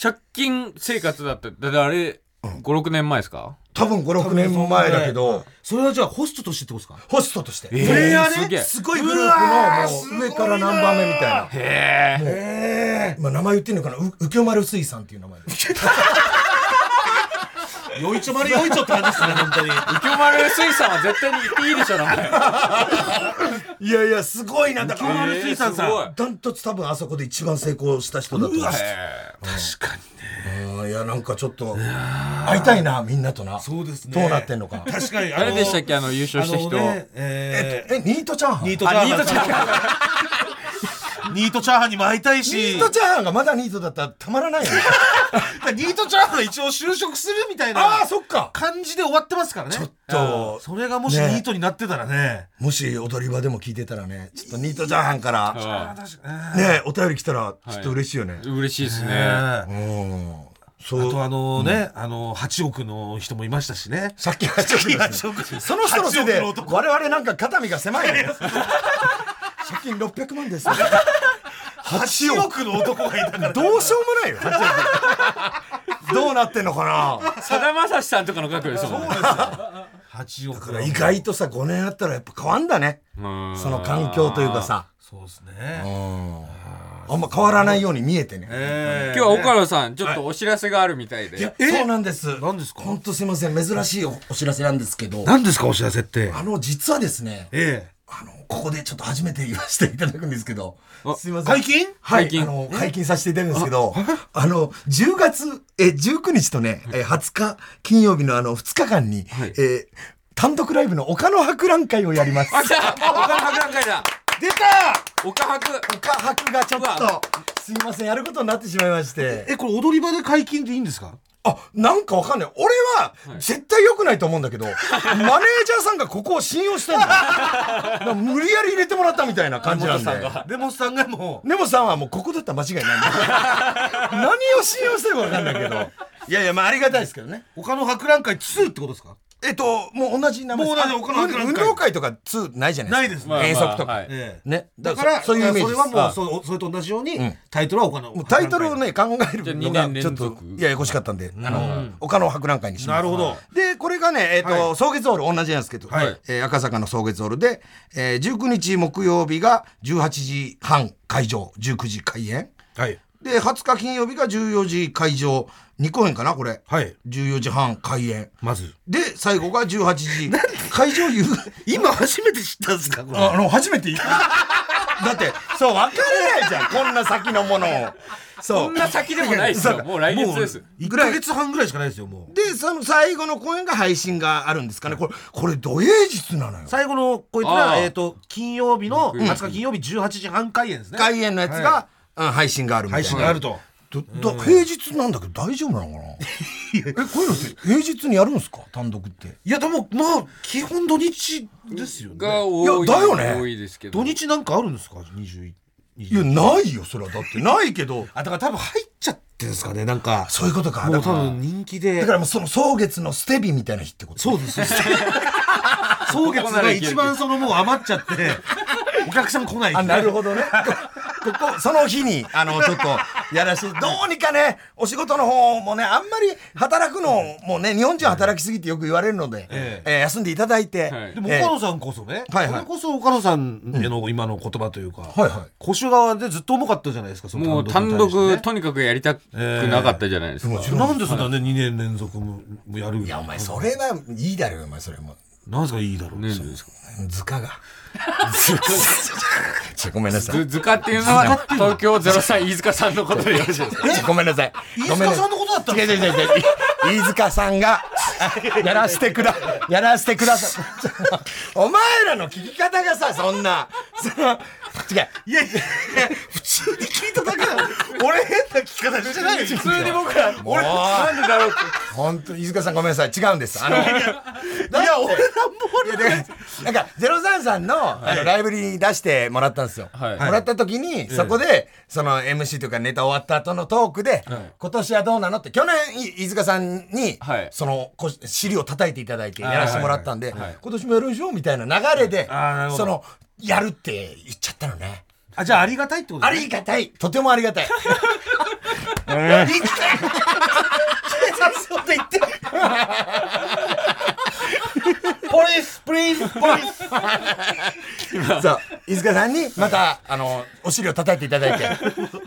[SPEAKER 2] 借金生活だった。だってあれ、5、6年前ですか
[SPEAKER 1] 多分5、6年前だけど、
[SPEAKER 3] それはじゃあホストとしてってことですか
[SPEAKER 1] ホストとして。
[SPEAKER 2] えー
[SPEAKER 1] プレイヤー
[SPEAKER 2] すげえ
[SPEAKER 1] すごいグループのもう上から何番目みたいな。
[SPEAKER 2] へえ。
[SPEAKER 1] まあ、名前言ってんのかなう右京丸水産っていう名前。
[SPEAKER 3] よいちょまるよいちょって感じですね、本当に。
[SPEAKER 2] 浮世丸水産は絶対に言っていいでしょ、名前。
[SPEAKER 1] いやいや、すごいな。だか
[SPEAKER 3] 右京
[SPEAKER 1] ら、
[SPEAKER 3] 丸水産さん
[SPEAKER 2] えーすごい
[SPEAKER 1] ダントツ多分あそこで一番成功した人だと思う。
[SPEAKER 2] えー
[SPEAKER 3] 確かにね。
[SPEAKER 1] うんいや、なんかちょっと、会いたいな、みんなとな。
[SPEAKER 3] そうですね
[SPEAKER 1] どうなってんのか。
[SPEAKER 3] 確かに。
[SPEAKER 2] 誰でしたっけあの優勝した人
[SPEAKER 3] あのねえー
[SPEAKER 1] え、ニートチャーハン
[SPEAKER 3] ニー
[SPEAKER 1] ニ
[SPEAKER 3] トチャーハ
[SPEAKER 2] あ、
[SPEAKER 3] ン。
[SPEAKER 2] ニートちゃん。
[SPEAKER 3] ニートチャーハンにも会いたいし。
[SPEAKER 1] ートチャーハンがまだニートだったらたまらないよね。
[SPEAKER 3] ニートチャーハン一応就職するみたい
[SPEAKER 1] あ
[SPEAKER 3] な
[SPEAKER 1] あ、そっか。
[SPEAKER 3] 感じで終わってますからね。
[SPEAKER 1] ちょっと
[SPEAKER 3] うんそれがもしニ
[SPEAKER 1] ね
[SPEAKER 3] ートになってたらね。
[SPEAKER 1] もし踊り場でも聞いてたらね、ちょっとニートチャーハンから、
[SPEAKER 3] あー確かにね
[SPEAKER 1] ね、お便り来たら、ちょっと嬉しいよね。
[SPEAKER 2] 嬉しいです
[SPEAKER 3] え
[SPEAKER 2] ね。
[SPEAKER 3] ー
[SPEAKER 1] うん。そ
[SPEAKER 3] あと
[SPEAKER 1] う。
[SPEAKER 3] あのね、あの、8億の人もいましたしね。
[SPEAKER 1] さっきはちょっとです ねその人のせいで
[SPEAKER 3] 8億の男
[SPEAKER 1] 我々なんか肩身が狭いね。借金600万です。8
[SPEAKER 3] 8
[SPEAKER 1] 億。
[SPEAKER 3] 億の男がいたから。
[SPEAKER 1] どうしようもないよ。どうなってんのかな。
[SPEAKER 2] さだまさしさんとかの額ですもんね。
[SPEAKER 3] 8億
[SPEAKER 1] だから意外とさ5年あったらやっぱ変わんだねその環境というか。さ
[SPEAKER 3] そうです
[SPEAKER 1] う
[SPEAKER 3] ね。
[SPEAKER 1] んあんま変わらないように見えてね
[SPEAKER 3] え
[SPEAKER 2] 今
[SPEAKER 3] ー
[SPEAKER 2] 日は岡野さん、ちょっとお知らせがあるみたい
[SPEAKER 1] いや
[SPEAKER 2] で。
[SPEAKER 3] え
[SPEAKER 1] そうなんです
[SPEAKER 3] 何ですか
[SPEAKER 1] ほんとすいません珍しいおお知らせなんですけど
[SPEAKER 3] 何ですかお知らせって。
[SPEAKER 1] あの実はですね
[SPEAKER 3] え
[SPEAKER 1] あのここでちょっと初めて言わせていただくんですけど
[SPEAKER 2] あ
[SPEAKER 1] すいま
[SPEAKER 3] え。
[SPEAKER 1] せん
[SPEAKER 3] 解禁
[SPEAKER 1] はい、
[SPEAKER 2] 解禁
[SPEAKER 1] あの解禁させていただくんですけど、あの、10月、え、19日とね、え、20日、金曜日のあの、2日間に、
[SPEAKER 2] はい
[SPEAKER 1] えー単独ライブの岡の博覧会をやります。
[SPEAKER 2] あ、来た岡野博覧会だ
[SPEAKER 1] 出た
[SPEAKER 2] 岡博
[SPEAKER 1] 岡博がちょっ
[SPEAKER 2] うわ
[SPEAKER 1] と、すいません、やることになってしまいまして。
[SPEAKER 3] え、これ踊り場で解禁でいいんですか
[SPEAKER 1] あ、なんかわかんない。俺は、絶対良くないと思うんだけど、マネージャーさんがここを信用してんだよ。だから無理やり入れてもらったみたいな感じなんで。
[SPEAKER 3] レモンさんがも
[SPEAKER 1] 根本さんはもうここだったら間違いないん だ何を信用してるかわかんないけど。いやいや、まあありがたいですけどね。
[SPEAKER 3] う、他の博覧会2ってことですか
[SPEAKER 1] えっと、もう同じ名前
[SPEAKER 3] もう同じ岡野博覧会
[SPEAKER 1] 運運動会とか2ないじゃないですか。
[SPEAKER 3] ない
[SPEAKER 2] ですね
[SPEAKER 1] 遠足
[SPEAKER 2] まあ
[SPEAKER 1] とか。
[SPEAKER 2] まあはい
[SPEAKER 3] ええ。
[SPEAKER 1] ね。
[SPEAKER 3] だから、
[SPEAKER 1] そそういうイメージ
[SPEAKER 3] そ
[SPEAKER 1] で
[SPEAKER 3] れ
[SPEAKER 1] す
[SPEAKER 3] はも
[SPEAKER 1] あ
[SPEAKER 3] うそ、それと同じように
[SPEAKER 1] ん、
[SPEAKER 3] タイトルは他の。
[SPEAKER 1] もうタイトルをね、考えるの
[SPEAKER 2] じゃあ
[SPEAKER 1] が
[SPEAKER 2] 二年
[SPEAKER 1] ちょっ
[SPEAKER 2] 連
[SPEAKER 1] と
[SPEAKER 2] 続、
[SPEAKER 1] いや、やこしかったんで、あの、岡野博覧会にします。
[SPEAKER 3] なるほど。
[SPEAKER 1] で、これがね、えっ、
[SPEAKER 3] は
[SPEAKER 1] と、草月ホール、同じなんですけど、
[SPEAKER 3] はい
[SPEAKER 1] えー赤坂の草月ホールで、えー、19日木曜日が18時半会場、19時開演。
[SPEAKER 3] はい。
[SPEAKER 1] で、20日金曜日が14時会場、2公演かな、これ。
[SPEAKER 3] はい。
[SPEAKER 1] 14時半開演。
[SPEAKER 3] まず。
[SPEAKER 1] で、最後が18時。会場夕
[SPEAKER 3] 今初めて知ったんですかこ
[SPEAKER 1] ああの、初めて言った。だって、そう、わからないじゃん。こんな先のものを。そ
[SPEAKER 2] こ。
[SPEAKER 1] うん
[SPEAKER 2] な先でもないです
[SPEAKER 1] そ
[SPEAKER 2] よ。
[SPEAKER 1] う
[SPEAKER 2] もう来
[SPEAKER 3] もう、
[SPEAKER 2] 月です。
[SPEAKER 3] 1ヶ月半ぐらいしかないですよ、もう。
[SPEAKER 1] で、その最後の公演が配信があるんですかね。これ、これ、土平日なのよ。
[SPEAKER 3] 最後の、こいつが、
[SPEAKER 2] あー
[SPEAKER 3] えっと、金曜日の、20日金曜日18時半開演ですね。
[SPEAKER 1] 開演のやつが、うん配信があるみた
[SPEAKER 3] 配
[SPEAKER 1] いな。
[SPEAKER 3] 信があると。
[SPEAKER 1] どど平日なんだけど大丈夫なのかなえ、こういうのって平日にやるんですか単独って。
[SPEAKER 3] いや、でも、まあ、基本土日ですよ
[SPEAKER 2] が
[SPEAKER 3] ね。
[SPEAKER 2] 多い。
[SPEAKER 1] いやだよね
[SPEAKER 2] 多いですけど。
[SPEAKER 3] 土日なんかあるんですか ?21。
[SPEAKER 1] いや、ないよ、それは。だって、ないけど。
[SPEAKER 3] あ、だから多分入っちゃってんですかね、なんか。
[SPEAKER 1] そういうことか。
[SPEAKER 3] も
[SPEAKER 1] だ
[SPEAKER 3] う多
[SPEAKER 1] から
[SPEAKER 3] 分人気で。
[SPEAKER 1] だからもうその、草月の捨て日みたいな日ってこと
[SPEAKER 3] そうです。総月が一番そのもう余っちゃって、お客さん来ない。
[SPEAKER 1] あ、なるほどね。 こここ、その日に、あの、ちょっと、やらしい。 どうにかね、お仕事の方もね、あんまり働くのもね、日本人は働きすぎてよく言われるので、
[SPEAKER 3] え
[SPEAKER 1] えー休んでいただいて、
[SPEAKER 2] はい
[SPEAKER 3] でも
[SPEAKER 1] えー
[SPEAKER 3] 岡野さんこそね、
[SPEAKER 1] はいはい
[SPEAKER 3] それこそ岡野さんへの今の言葉というか、
[SPEAKER 1] はいはい
[SPEAKER 3] 腰側でずっと重かったじゃないですか、その
[SPEAKER 2] もう単
[SPEAKER 3] に対
[SPEAKER 2] 独、
[SPEAKER 3] してね
[SPEAKER 2] とにかくやりたくなかったじゃないですか。
[SPEAKER 3] なんでそんなね、2年連続ももやる
[SPEAKER 1] いや、お前、それはいいだろうよ、お前、それも。
[SPEAKER 3] なんですかいいだろう。
[SPEAKER 2] ね
[SPEAKER 3] そう
[SPEAKER 1] 図鑑 が。ちょ、ごめんなさ
[SPEAKER 2] ず
[SPEAKER 1] い。
[SPEAKER 2] 図鑑っていうのは、東京03飯塚さんのことでよろしい ですか
[SPEAKER 1] ちょごめんなさい。
[SPEAKER 3] 飯
[SPEAKER 1] ごめん
[SPEAKER 3] 塚
[SPEAKER 1] な
[SPEAKER 3] さ
[SPEAKER 1] さ
[SPEAKER 3] んのことだったん
[SPEAKER 1] い。違う
[SPEAKER 3] です
[SPEAKER 1] 違う違う違う。飯塚さんが、やらしてくだ、やらしてください。お前らの聞き方がさ、そんな、その、違う。
[SPEAKER 3] いやいや、普通に聞いてっただけだ俺変な聞き方してないよ
[SPEAKER 2] 普通に僕ら、
[SPEAKER 1] もう
[SPEAKER 2] 俺、なんでだろうって。
[SPEAKER 1] 本当に飯塚さんごめんなさい違うんですあのい
[SPEAKER 3] いや俺なんも
[SPEAKER 1] やでなんかゼロ三さんの,、あのライブに出してもらったんですよ、
[SPEAKER 2] はい
[SPEAKER 1] もらった時に、そこでその MC というかネタ終わった後のトークで、今年はどうなのって去年い飯塚さんに、
[SPEAKER 2] はい
[SPEAKER 1] そのこ尻を叩いていただいてやらせてもらったんで、今年もやるでしょみたいな流れで、
[SPEAKER 3] あーなるほど
[SPEAKER 1] そのやるって言っちゃったのね
[SPEAKER 3] あじゃあありがたいってこと
[SPEAKER 1] ありがたいとてもあ りがたい
[SPEAKER 3] がたい そうって言ってポリスプリーズポリス
[SPEAKER 1] そう飯塚さんにまたあのお尻を叩いていただいて、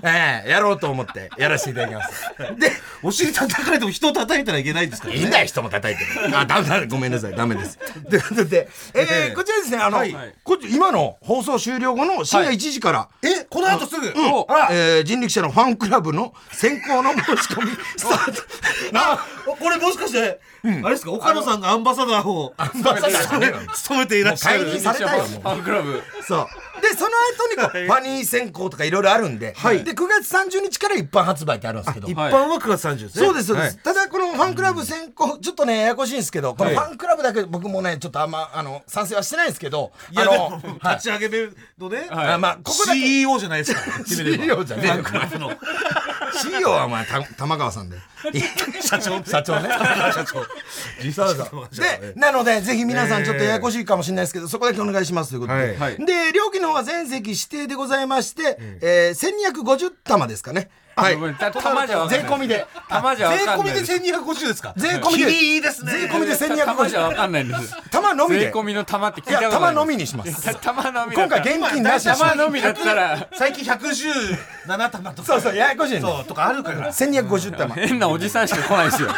[SPEAKER 1] ええやろうと思ってやらせていただきます
[SPEAKER 3] でお尻叩かれても人を叩いたらいけないんですから
[SPEAKER 1] いいんだよ、人も叩いてる。 あ、ダメだ、ごめんなさい、ダメ です。ということで、えーこちらですね、あの、
[SPEAKER 3] はい
[SPEAKER 1] こっち今の放送終了後の深夜1時から、
[SPEAKER 3] えこの後すぐうん
[SPEAKER 1] うん
[SPEAKER 3] あら
[SPEAKER 1] えー人力車のファンクラブの先行の申し込み、 スタート。 な、
[SPEAKER 3] おこれもしかして、あれですか岡野さんがアンバサダーを
[SPEAKER 1] まさかね
[SPEAKER 3] 務めていらっしゃ
[SPEAKER 1] もう
[SPEAKER 3] る
[SPEAKER 1] 解任されたよもう
[SPEAKER 2] ファンクラブ。
[SPEAKER 1] そう。で、その後にこう、ファニー先行とかいろいろあるんで、
[SPEAKER 3] はい
[SPEAKER 1] で、9月30日から一般発売ってあるんですけど、
[SPEAKER 3] 一般は9月30ですね
[SPEAKER 1] そうです、そうです。
[SPEAKER 3] はい
[SPEAKER 1] ただ、このファンクラブ先行、ちょっとね、ややこしいんですけど、このファンクラブだけ僕もね、ちょっとあんま、あの、賛成はしてないんですけど、
[SPEAKER 3] いや
[SPEAKER 1] あ
[SPEAKER 3] で
[SPEAKER 1] の
[SPEAKER 3] も、
[SPEAKER 1] はい
[SPEAKER 3] 立ち上げ目のね、
[SPEAKER 2] はい
[SPEAKER 1] あまあ、ここだけ
[SPEAKER 3] CEO じゃないです か
[SPEAKER 1] CEO じゃねえよ
[SPEAKER 3] ファンクラブ の
[SPEAKER 1] CEO はお前た玉川さんで
[SPEAKER 3] 社長
[SPEAKER 1] 社長ね
[SPEAKER 3] 社長
[SPEAKER 1] そうそうでなのでぜひ皆さんちょっとややこしいかもしれないですけど、そこだけお願いしますということで、
[SPEAKER 3] はい
[SPEAKER 2] はい
[SPEAKER 1] で料金の方は全席指定でございまして、えー、1250玉ですかねはい
[SPEAKER 2] ごめんた玉じゃわかん
[SPEAKER 1] 税
[SPEAKER 2] ない
[SPEAKER 1] 込みで
[SPEAKER 2] 玉じゃわ
[SPEAKER 3] 税
[SPEAKER 2] か
[SPEAKER 3] 込
[SPEAKER 2] ん
[SPEAKER 3] み
[SPEAKER 2] ない
[SPEAKER 3] で
[SPEAKER 2] です。
[SPEAKER 3] 1250ですか
[SPEAKER 1] 税込み
[SPEAKER 3] キ
[SPEAKER 1] で
[SPEAKER 3] リいいですね
[SPEAKER 1] 税込みで
[SPEAKER 2] 玉じゃ
[SPEAKER 1] 1250
[SPEAKER 2] わかんないんです。
[SPEAKER 1] 玉のみ
[SPEAKER 2] 税
[SPEAKER 1] で
[SPEAKER 2] 込みの玉って聞い
[SPEAKER 1] い
[SPEAKER 2] たこと
[SPEAKER 1] や
[SPEAKER 2] ない。
[SPEAKER 1] 玉のみにします
[SPEAKER 2] 玉のみだ
[SPEAKER 1] 今
[SPEAKER 2] った
[SPEAKER 1] 回
[SPEAKER 2] ら。
[SPEAKER 1] 現金なしでし
[SPEAKER 2] 玉のみだったら、
[SPEAKER 3] 最近117玉とか
[SPEAKER 1] そうそうややこしいね
[SPEAKER 3] そうとかあるから
[SPEAKER 1] 1250玉
[SPEAKER 2] 変なおじさんしか来ないですよ。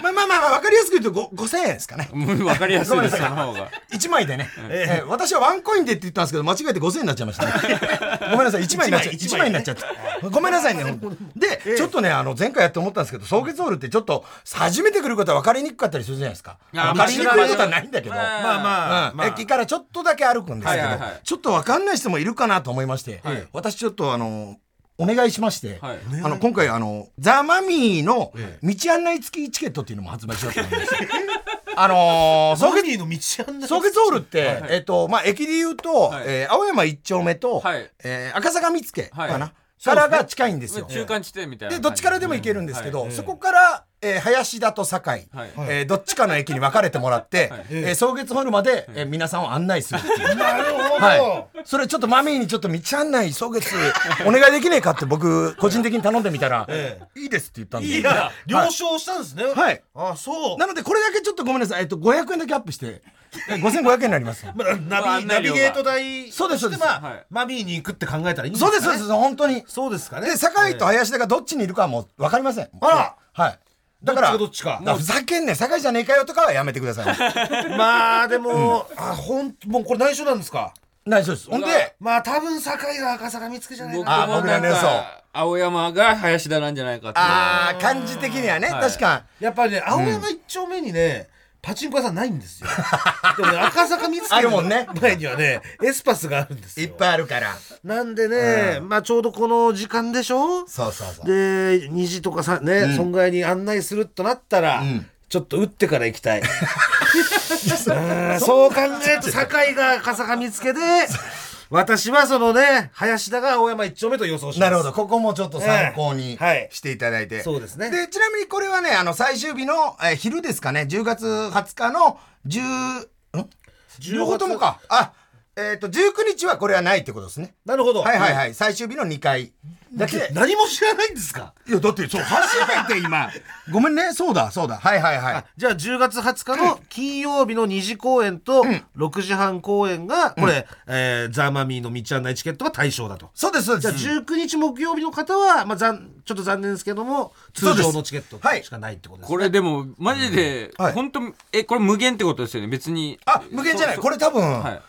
[SPEAKER 1] まあまあまあわかりやすく言うとご5000円ですかね
[SPEAKER 2] もうわかりやすいです、その方が。
[SPEAKER 1] 一枚でね、えー私はワンコインでって言ったんですけど間違えて5000円になっちゃいましたねごめんなさい一枚になっちゃ
[SPEAKER 3] 一
[SPEAKER 1] 一
[SPEAKER 3] 枚
[SPEAKER 1] 枚になっちゃったごめんなさいねほんとで、ちょっとねあの前回やって思ったんですけど総決オールってちょっと初めて来ることは分かりにくかったりするじゃないですか
[SPEAKER 2] あ
[SPEAKER 1] 分かりにくいことはないんだけど、
[SPEAKER 2] まあ
[SPEAKER 3] まあまあ、
[SPEAKER 1] うん
[SPEAKER 3] まあ、
[SPEAKER 1] 駅からちょっとだけ歩くんですけど、
[SPEAKER 2] はいはいはい
[SPEAKER 1] ちょっと分かんない人もいるかなと思いまして、
[SPEAKER 2] はい
[SPEAKER 1] 私ちょっとあのお願いしまして、
[SPEAKER 2] はい
[SPEAKER 1] あの今回あのザ・マミーの道案内付きチケットっていうのも発売しようと思います あのー、
[SPEAKER 3] ソ
[SPEAKER 1] 総
[SPEAKER 3] フ
[SPEAKER 1] 決
[SPEAKER 3] ニーの道案内
[SPEAKER 1] ソーケツホールって、えっ、と、まあ、駅で言うと、
[SPEAKER 2] はい
[SPEAKER 1] えー青山一丁目と、
[SPEAKER 2] はい
[SPEAKER 1] えー赤坂見附かな、
[SPEAKER 2] は
[SPEAKER 1] からが近いんですよ。
[SPEAKER 2] 中間地点みたいな。
[SPEAKER 1] で、どっちからでも行けるんですけど、
[SPEAKER 2] はい
[SPEAKER 1] そこから、えー林田と堺、
[SPEAKER 2] はい
[SPEAKER 1] えーどっちかの駅に分かれてもらって、
[SPEAKER 2] はい
[SPEAKER 1] えー、草月ホールまで、えー皆さんを案内するっていう。
[SPEAKER 3] なるほど、
[SPEAKER 1] はい、それちょっとマミーにちょっと道案 内草月お願いできねえかって僕個人的に頼んでみたら、
[SPEAKER 3] え
[SPEAKER 1] いいですって言ったんで
[SPEAKER 3] いや了承したんですね
[SPEAKER 1] はい
[SPEAKER 3] あそう
[SPEAKER 1] なのでこれだけちょっとごめんなさい、えっと、500円だけアップしてえー5500円になります
[SPEAKER 3] まあナビ
[SPEAKER 2] 案内
[SPEAKER 3] ナ
[SPEAKER 2] 料
[SPEAKER 3] ビ
[SPEAKER 2] が
[SPEAKER 3] ゲート代
[SPEAKER 1] そうですそうで
[SPEAKER 3] として
[SPEAKER 1] す
[SPEAKER 3] まあ
[SPEAKER 2] はい
[SPEAKER 3] マビーに行くって考えたらいいんです
[SPEAKER 1] そ
[SPEAKER 3] か
[SPEAKER 1] うで
[SPEAKER 3] ね
[SPEAKER 1] す、そうです、本当に。
[SPEAKER 3] そうですかね
[SPEAKER 1] で、酒井と林田がどっちにいるかはもう分かりません。あ
[SPEAKER 3] ら
[SPEAKER 1] はい。だから、
[SPEAKER 3] どっちかどっちか
[SPEAKER 1] だらふざけんね酒井じゃねえかよとかはやめてくださ い。
[SPEAKER 3] まあでも、あほんもうこれ内緒なんですか
[SPEAKER 1] 大丈夫です。ほん
[SPEAKER 2] うわ
[SPEAKER 1] で、
[SPEAKER 3] まあ多分酒井が赤坂見つけじゃない
[SPEAKER 2] 僕も
[SPEAKER 3] かな
[SPEAKER 1] あ僕ら
[SPEAKER 2] なん
[SPEAKER 1] の予想
[SPEAKER 2] か、青山が林田なんじゃないかっていう。
[SPEAKER 1] あー、感じ的にはね、
[SPEAKER 2] はい
[SPEAKER 1] 確か。
[SPEAKER 3] やっぱりね青山一丁目にね、パチンコ屋さんないん ですよでもね赤坂見つ
[SPEAKER 1] あ
[SPEAKER 3] け
[SPEAKER 1] る
[SPEAKER 3] の
[SPEAKER 1] もんね
[SPEAKER 3] 前にはねエスパスがあるんです
[SPEAKER 1] い
[SPEAKER 3] よ
[SPEAKER 1] っぱいあるから。
[SPEAKER 3] なんでね、まあちょうどこの時間でしょ
[SPEAKER 1] そうそうそう。
[SPEAKER 3] で2時とかさね、損害に案内するとなったら、ちょっと打ってから行きた いうんそう考えると酒井が赤坂見つけで私はそのね林田が青山一丁目と予想します
[SPEAKER 1] なるほど、ここもちょっと参考
[SPEAKER 3] え
[SPEAKER 1] に
[SPEAKER 3] えはい
[SPEAKER 1] していただいて。
[SPEAKER 3] そうですね
[SPEAKER 1] で、ちなみにこれはね、あの、最終日の、えー昼ですかね、10月20日の10、ん両方ともか。あ、えっと、19日はこれはないってことですね。
[SPEAKER 3] なるほど
[SPEAKER 1] はいはいはい、最終日の2回だけ。
[SPEAKER 3] 何も知らないんですか
[SPEAKER 1] いやだってそう初めて今ごめんねそうだそうだはいはいはい
[SPEAKER 3] じゃあ10月20日の金曜日の2時公演と6時半公演がこれ、えーザ・マミーの道案内チケットが対象だと。
[SPEAKER 1] そうですそうで
[SPEAKER 3] じゃあ
[SPEAKER 1] す
[SPEAKER 3] 19日木曜日の方は、まあ、残ちょっと残念ですけども
[SPEAKER 1] そ
[SPEAKER 3] 通
[SPEAKER 1] うです
[SPEAKER 3] 常のチケット
[SPEAKER 1] はい
[SPEAKER 3] しかないってことですね
[SPEAKER 2] これでも、マジで、
[SPEAKER 1] はい
[SPEAKER 2] 本当え、これ無限ってことですよね、別に。
[SPEAKER 1] あ無限じゃない
[SPEAKER 2] そう
[SPEAKER 1] これ多分、
[SPEAKER 2] はい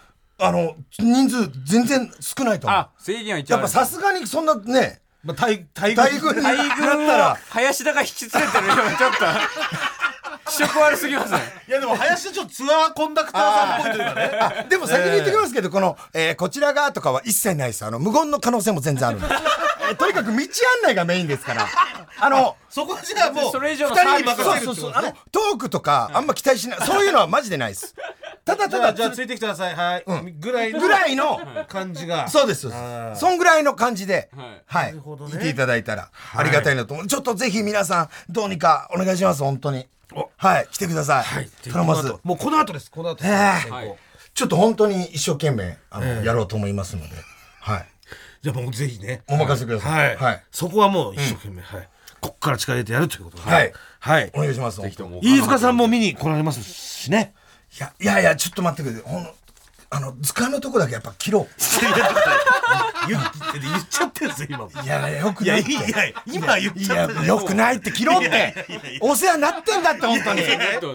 [SPEAKER 1] あの人数全然少ないと思う
[SPEAKER 2] あ、制限は一応
[SPEAKER 1] や
[SPEAKER 2] あ
[SPEAKER 1] っ
[SPEAKER 2] る
[SPEAKER 1] ぱさすがにそんなね
[SPEAKER 3] まあ、大大
[SPEAKER 1] 大群になっ
[SPEAKER 2] 大
[SPEAKER 1] た
[SPEAKER 2] 群を
[SPEAKER 1] ら
[SPEAKER 2] 林田が引き連れてるよ、ちょっと。色悪すぎますね。
[SPEAKER 3] いやでも林社長ツアーコンダクターさんっぽいというかね
[SPEAKER 1] あ でも先に言ってきますけど、この、えーこちらがとかは一切ないです。あの、無言の可能性も全然あるんで。 えーとにかく道案内がメインです から。あの、
[SPEAKER 3] そこじゃあもう
[SPEAKER 2] それ
[SPEAKER 3] 二
[SPEAKER 2] 以上
[SPEAKER 3] 人
[SPEAKER 2] のサービ
[SPEAKER 3] に
[SPEAKER 2] スは
[SPEAKER 3] 任
[SPEAKER 1] そう
[SPEAKER 3] せる
[SPEAKER 1] そ
[SPEAKER 3] っ
[SPEAKER 1] う
[SPEAKER 3] てこ
[SPEAKER 1] そう。
[SPEAKER 3] と
[SPEAKER 1] あ
[SPEAKER 3] ね
[SPEAKER 1] の、トークとか、あんま期待しない。そういうのはマジでないです。ただ
[SPEAKER 3] じ
[SPEAKER 1] た
[SPEAKER 3] ゃあ
[SPEAKER 1] だ、
[SPEAKER 3] じゃあついてきてくださいはい、
[SPEAKER 1] うん
[SPEAKER 3] ぐらいの
[SPEAKER 1] ぐらいの、
[SPEAKER 3] 感じが
[SPEAKER 1] そうです。そう
[SPEAKER 3] あー
[SPEAKER 1] ですそんぐらいの感じで、
[SPEAKER 2] はい
[SPEAKER 1] はい。
[SPEAKER 3] るほど
[SPEAKER 1] い
[SPEAKER 3] ね
[SPEAKER 1] ていただいたら、ありがたいなと思う。ちょっとぜひ皆さん、どうにかお願いします、本当に。はい、来てください。頼まず。
[SPEAKER 3] もうこの後ですこの後です、
[SPEAKER 1] ええ
[SPEAKER 2] はい
[SPEAKER 1] ちょっと本当に一生懸命、あの、やろうと思いますので、はい。
[SPEAKER 3] じゃあもうぜひね
[SPEAKER 1] お任せくださ。
[SPEAKER 3] はいい、そこはもう一生懸命、はいこっから力入れてやるということで
[SPEAKER 1] はい
[SPEAKER 3] はい
[SPEAKER 1] お願いします。
[SPEAKER 2] ぜひとも
[SPEAKER 3] 飯塚さんも見に来られますしね
[SPEAKER 1] いや、いやいや、ちょっと待ってください。ほんのあの、図鑑のとこだけやっぱ切ろう。
[SPEAKER 3] 言って言っちゃってるんですよ今も
[SPEAKER 1] いや、よく
[SPEAKER 3] い
[SPEAKER 1] な
[SPEAKER 3] や
[SPEAKER 1] い
[SPEAKER 3] い
[SPEAKER 1] って。
[SPEAKER 3] や今言っ
[SPEAKER 1] い
[SPEAKER 3] ちゃ
[SPEAKER 1] や
[SPEAKER 3] ってる、
[SPEAKER 1] よくないって切ろうっ
[SPEAKER 3] いやい
[SPEAKER 1] て
[SPEAKER 3] やいやいや。
[SPEAKER 1] お世話になってんだって、本当に。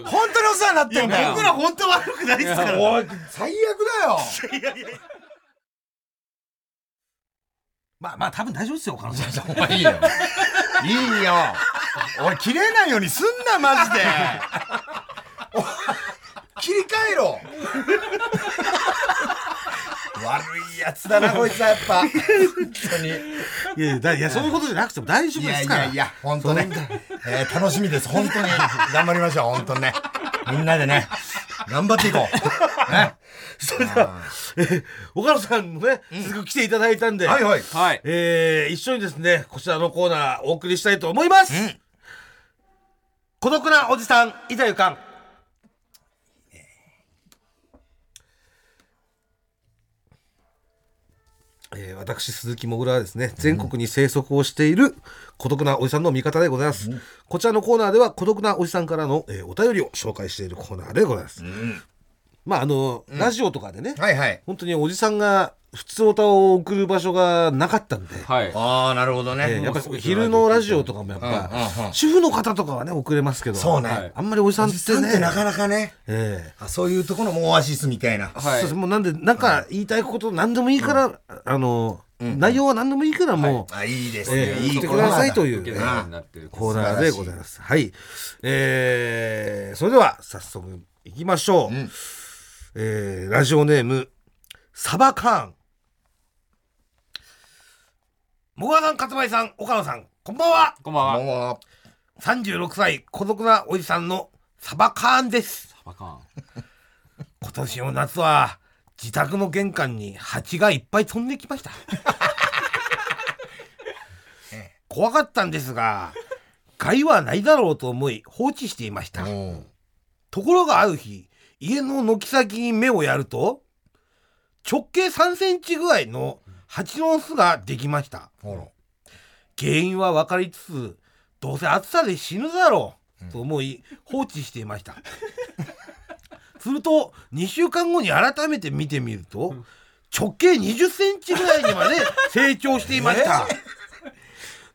[SPEAKER 1] 本当にお世話になってんだよ。
[SPEAKER 3] 僕ら本当悪くないですから
[SPEAKER 1] おい、最悪だよ。
[SPEAKER 3] いやいやいや まあまあ多分大丈夫ですよ、彼女さん。
[SPEAKER 1] お前いいよ。 いいよ。俺、切れないようにすんな、マジで。お切り替えろ。悪いやつだな、こいつはやっぱ。本当に。
[SPEAKER 3] いやいやだいや、そういうことじゃなくても大丈夫
[SPEAKER 1] い
[SPEAKER 3] で
[SPEAKER 1] や
[SPEAKER 3] す
[SPEAKER 1] い
[SPEAKER 3] から。
[SPEAKER 1] やいや、本当ね。えー楽しみです。本当に。頑張りましょう、本当にね。みんなでね、頑張っていこう。ね。
[SPEAKER 3] それでは、えー岡野さんもね、すぐ来ていただいたんで、
[SPEAKER 1] はいはい。
[SPEAKER 2] はい。
[SPEAKER 3] えー一緒にですね、こちらのコーナーお送りしたいと思います。孤独なおじさん、いたゆかん。えー私、鈴木もぐらはですね、全国に生息をしている孤独なおじさんの味方でございます。こちらのコーナーでは、孤独なおじさんからの、えーお便りを紹介しているコーナーでございます。まあ、あの、ラジオとかでね、
[SPEAKER 1] はいはい。
[SPEAKER 3] 本当におじさんが普通歌を送る場所がなかったんで、
[SPEAKER 2] はい。
[SPEAKER 1] ああ、なるほど
[SPEAKER 3] えーや
[SPEAKER 1] ね
[SPEAKER 3] っ。ぱり昼のラジオとかもやっぱ、
[SPEAKER 1] うんうんうん
[SPEAKER 3] 主婦の方とかはね遅れますけど
[SPEAKER 1] そう
[SPEAKER 2] はい
[SPEAKER 1] ね。
[SPEAKER 3] あんまりおじさん
[SPEAKER 1] お
[SPEAKER 3] っ
[SPEAKER 1] じ
[SPEAKER 3] て
[SPEAKER 1] さん
[SPEAKER 3] ね
[SPEAKER 1] ってなかなかね、
[SPEAKER 3] え
[SPEAKER 1] あそういうところもオアシスみたいな。
[SPEAKER 3] え
[SPEAKER 2] はい
[SPEAKER 3] そうそうもうなんでなんか言いたいこと何でもいいから、あの、内容は何でもいいからもう、
[SPEAKER 1] あ、いいです
[SPEAKER 3] え
[SPEAKER 1] ね。
[SPEAKER 3] え言
[SPEAKER 1] い
[SPEAKER 3] って
[SPEAKER 1] いと
[SPEAKER 3] く
[SPEAKER 1] ころ
[SPEAKER 3] ださい
[SPEAKER 1] なんだ
[SPEAKER 3] という
[SPEAKER 2] 受け
[SPEAKER 3] ね
[SPEAKER 2] ないようになってる。
[SPEAKER 3] コーナーでございますはいえーそれでは早速いきましょう、えーラジオネームサバカーンもぐらさん勝前さん岡野さんこんばんは
[SPEAKER 2] こんばんは。
[SPEAKER 1] も
[SPEAKER 3] 36歳孤独なおじさんのサバカーンです
[SPEAKER 2] バカン。
[SPEAKER 3] 今年の夏は自宅の玄関に蜂がいっぱい飛んできました怖かったんですが害はないだろうと思い放置していました
[SPEAKER 1] ううん
[SPEAKER 3] ところがある日家の軒先に目をやると直径3センチぐらいの蜂の巣ができました
[SPEAKER 1] ほら
[SPEAKER 3] 原因は分かりつつどうせ暑さで死ぬだろうと思い放置していました、 すると2週間後に改めて見てみると直径2 0センチぐらいにまで成長していま した、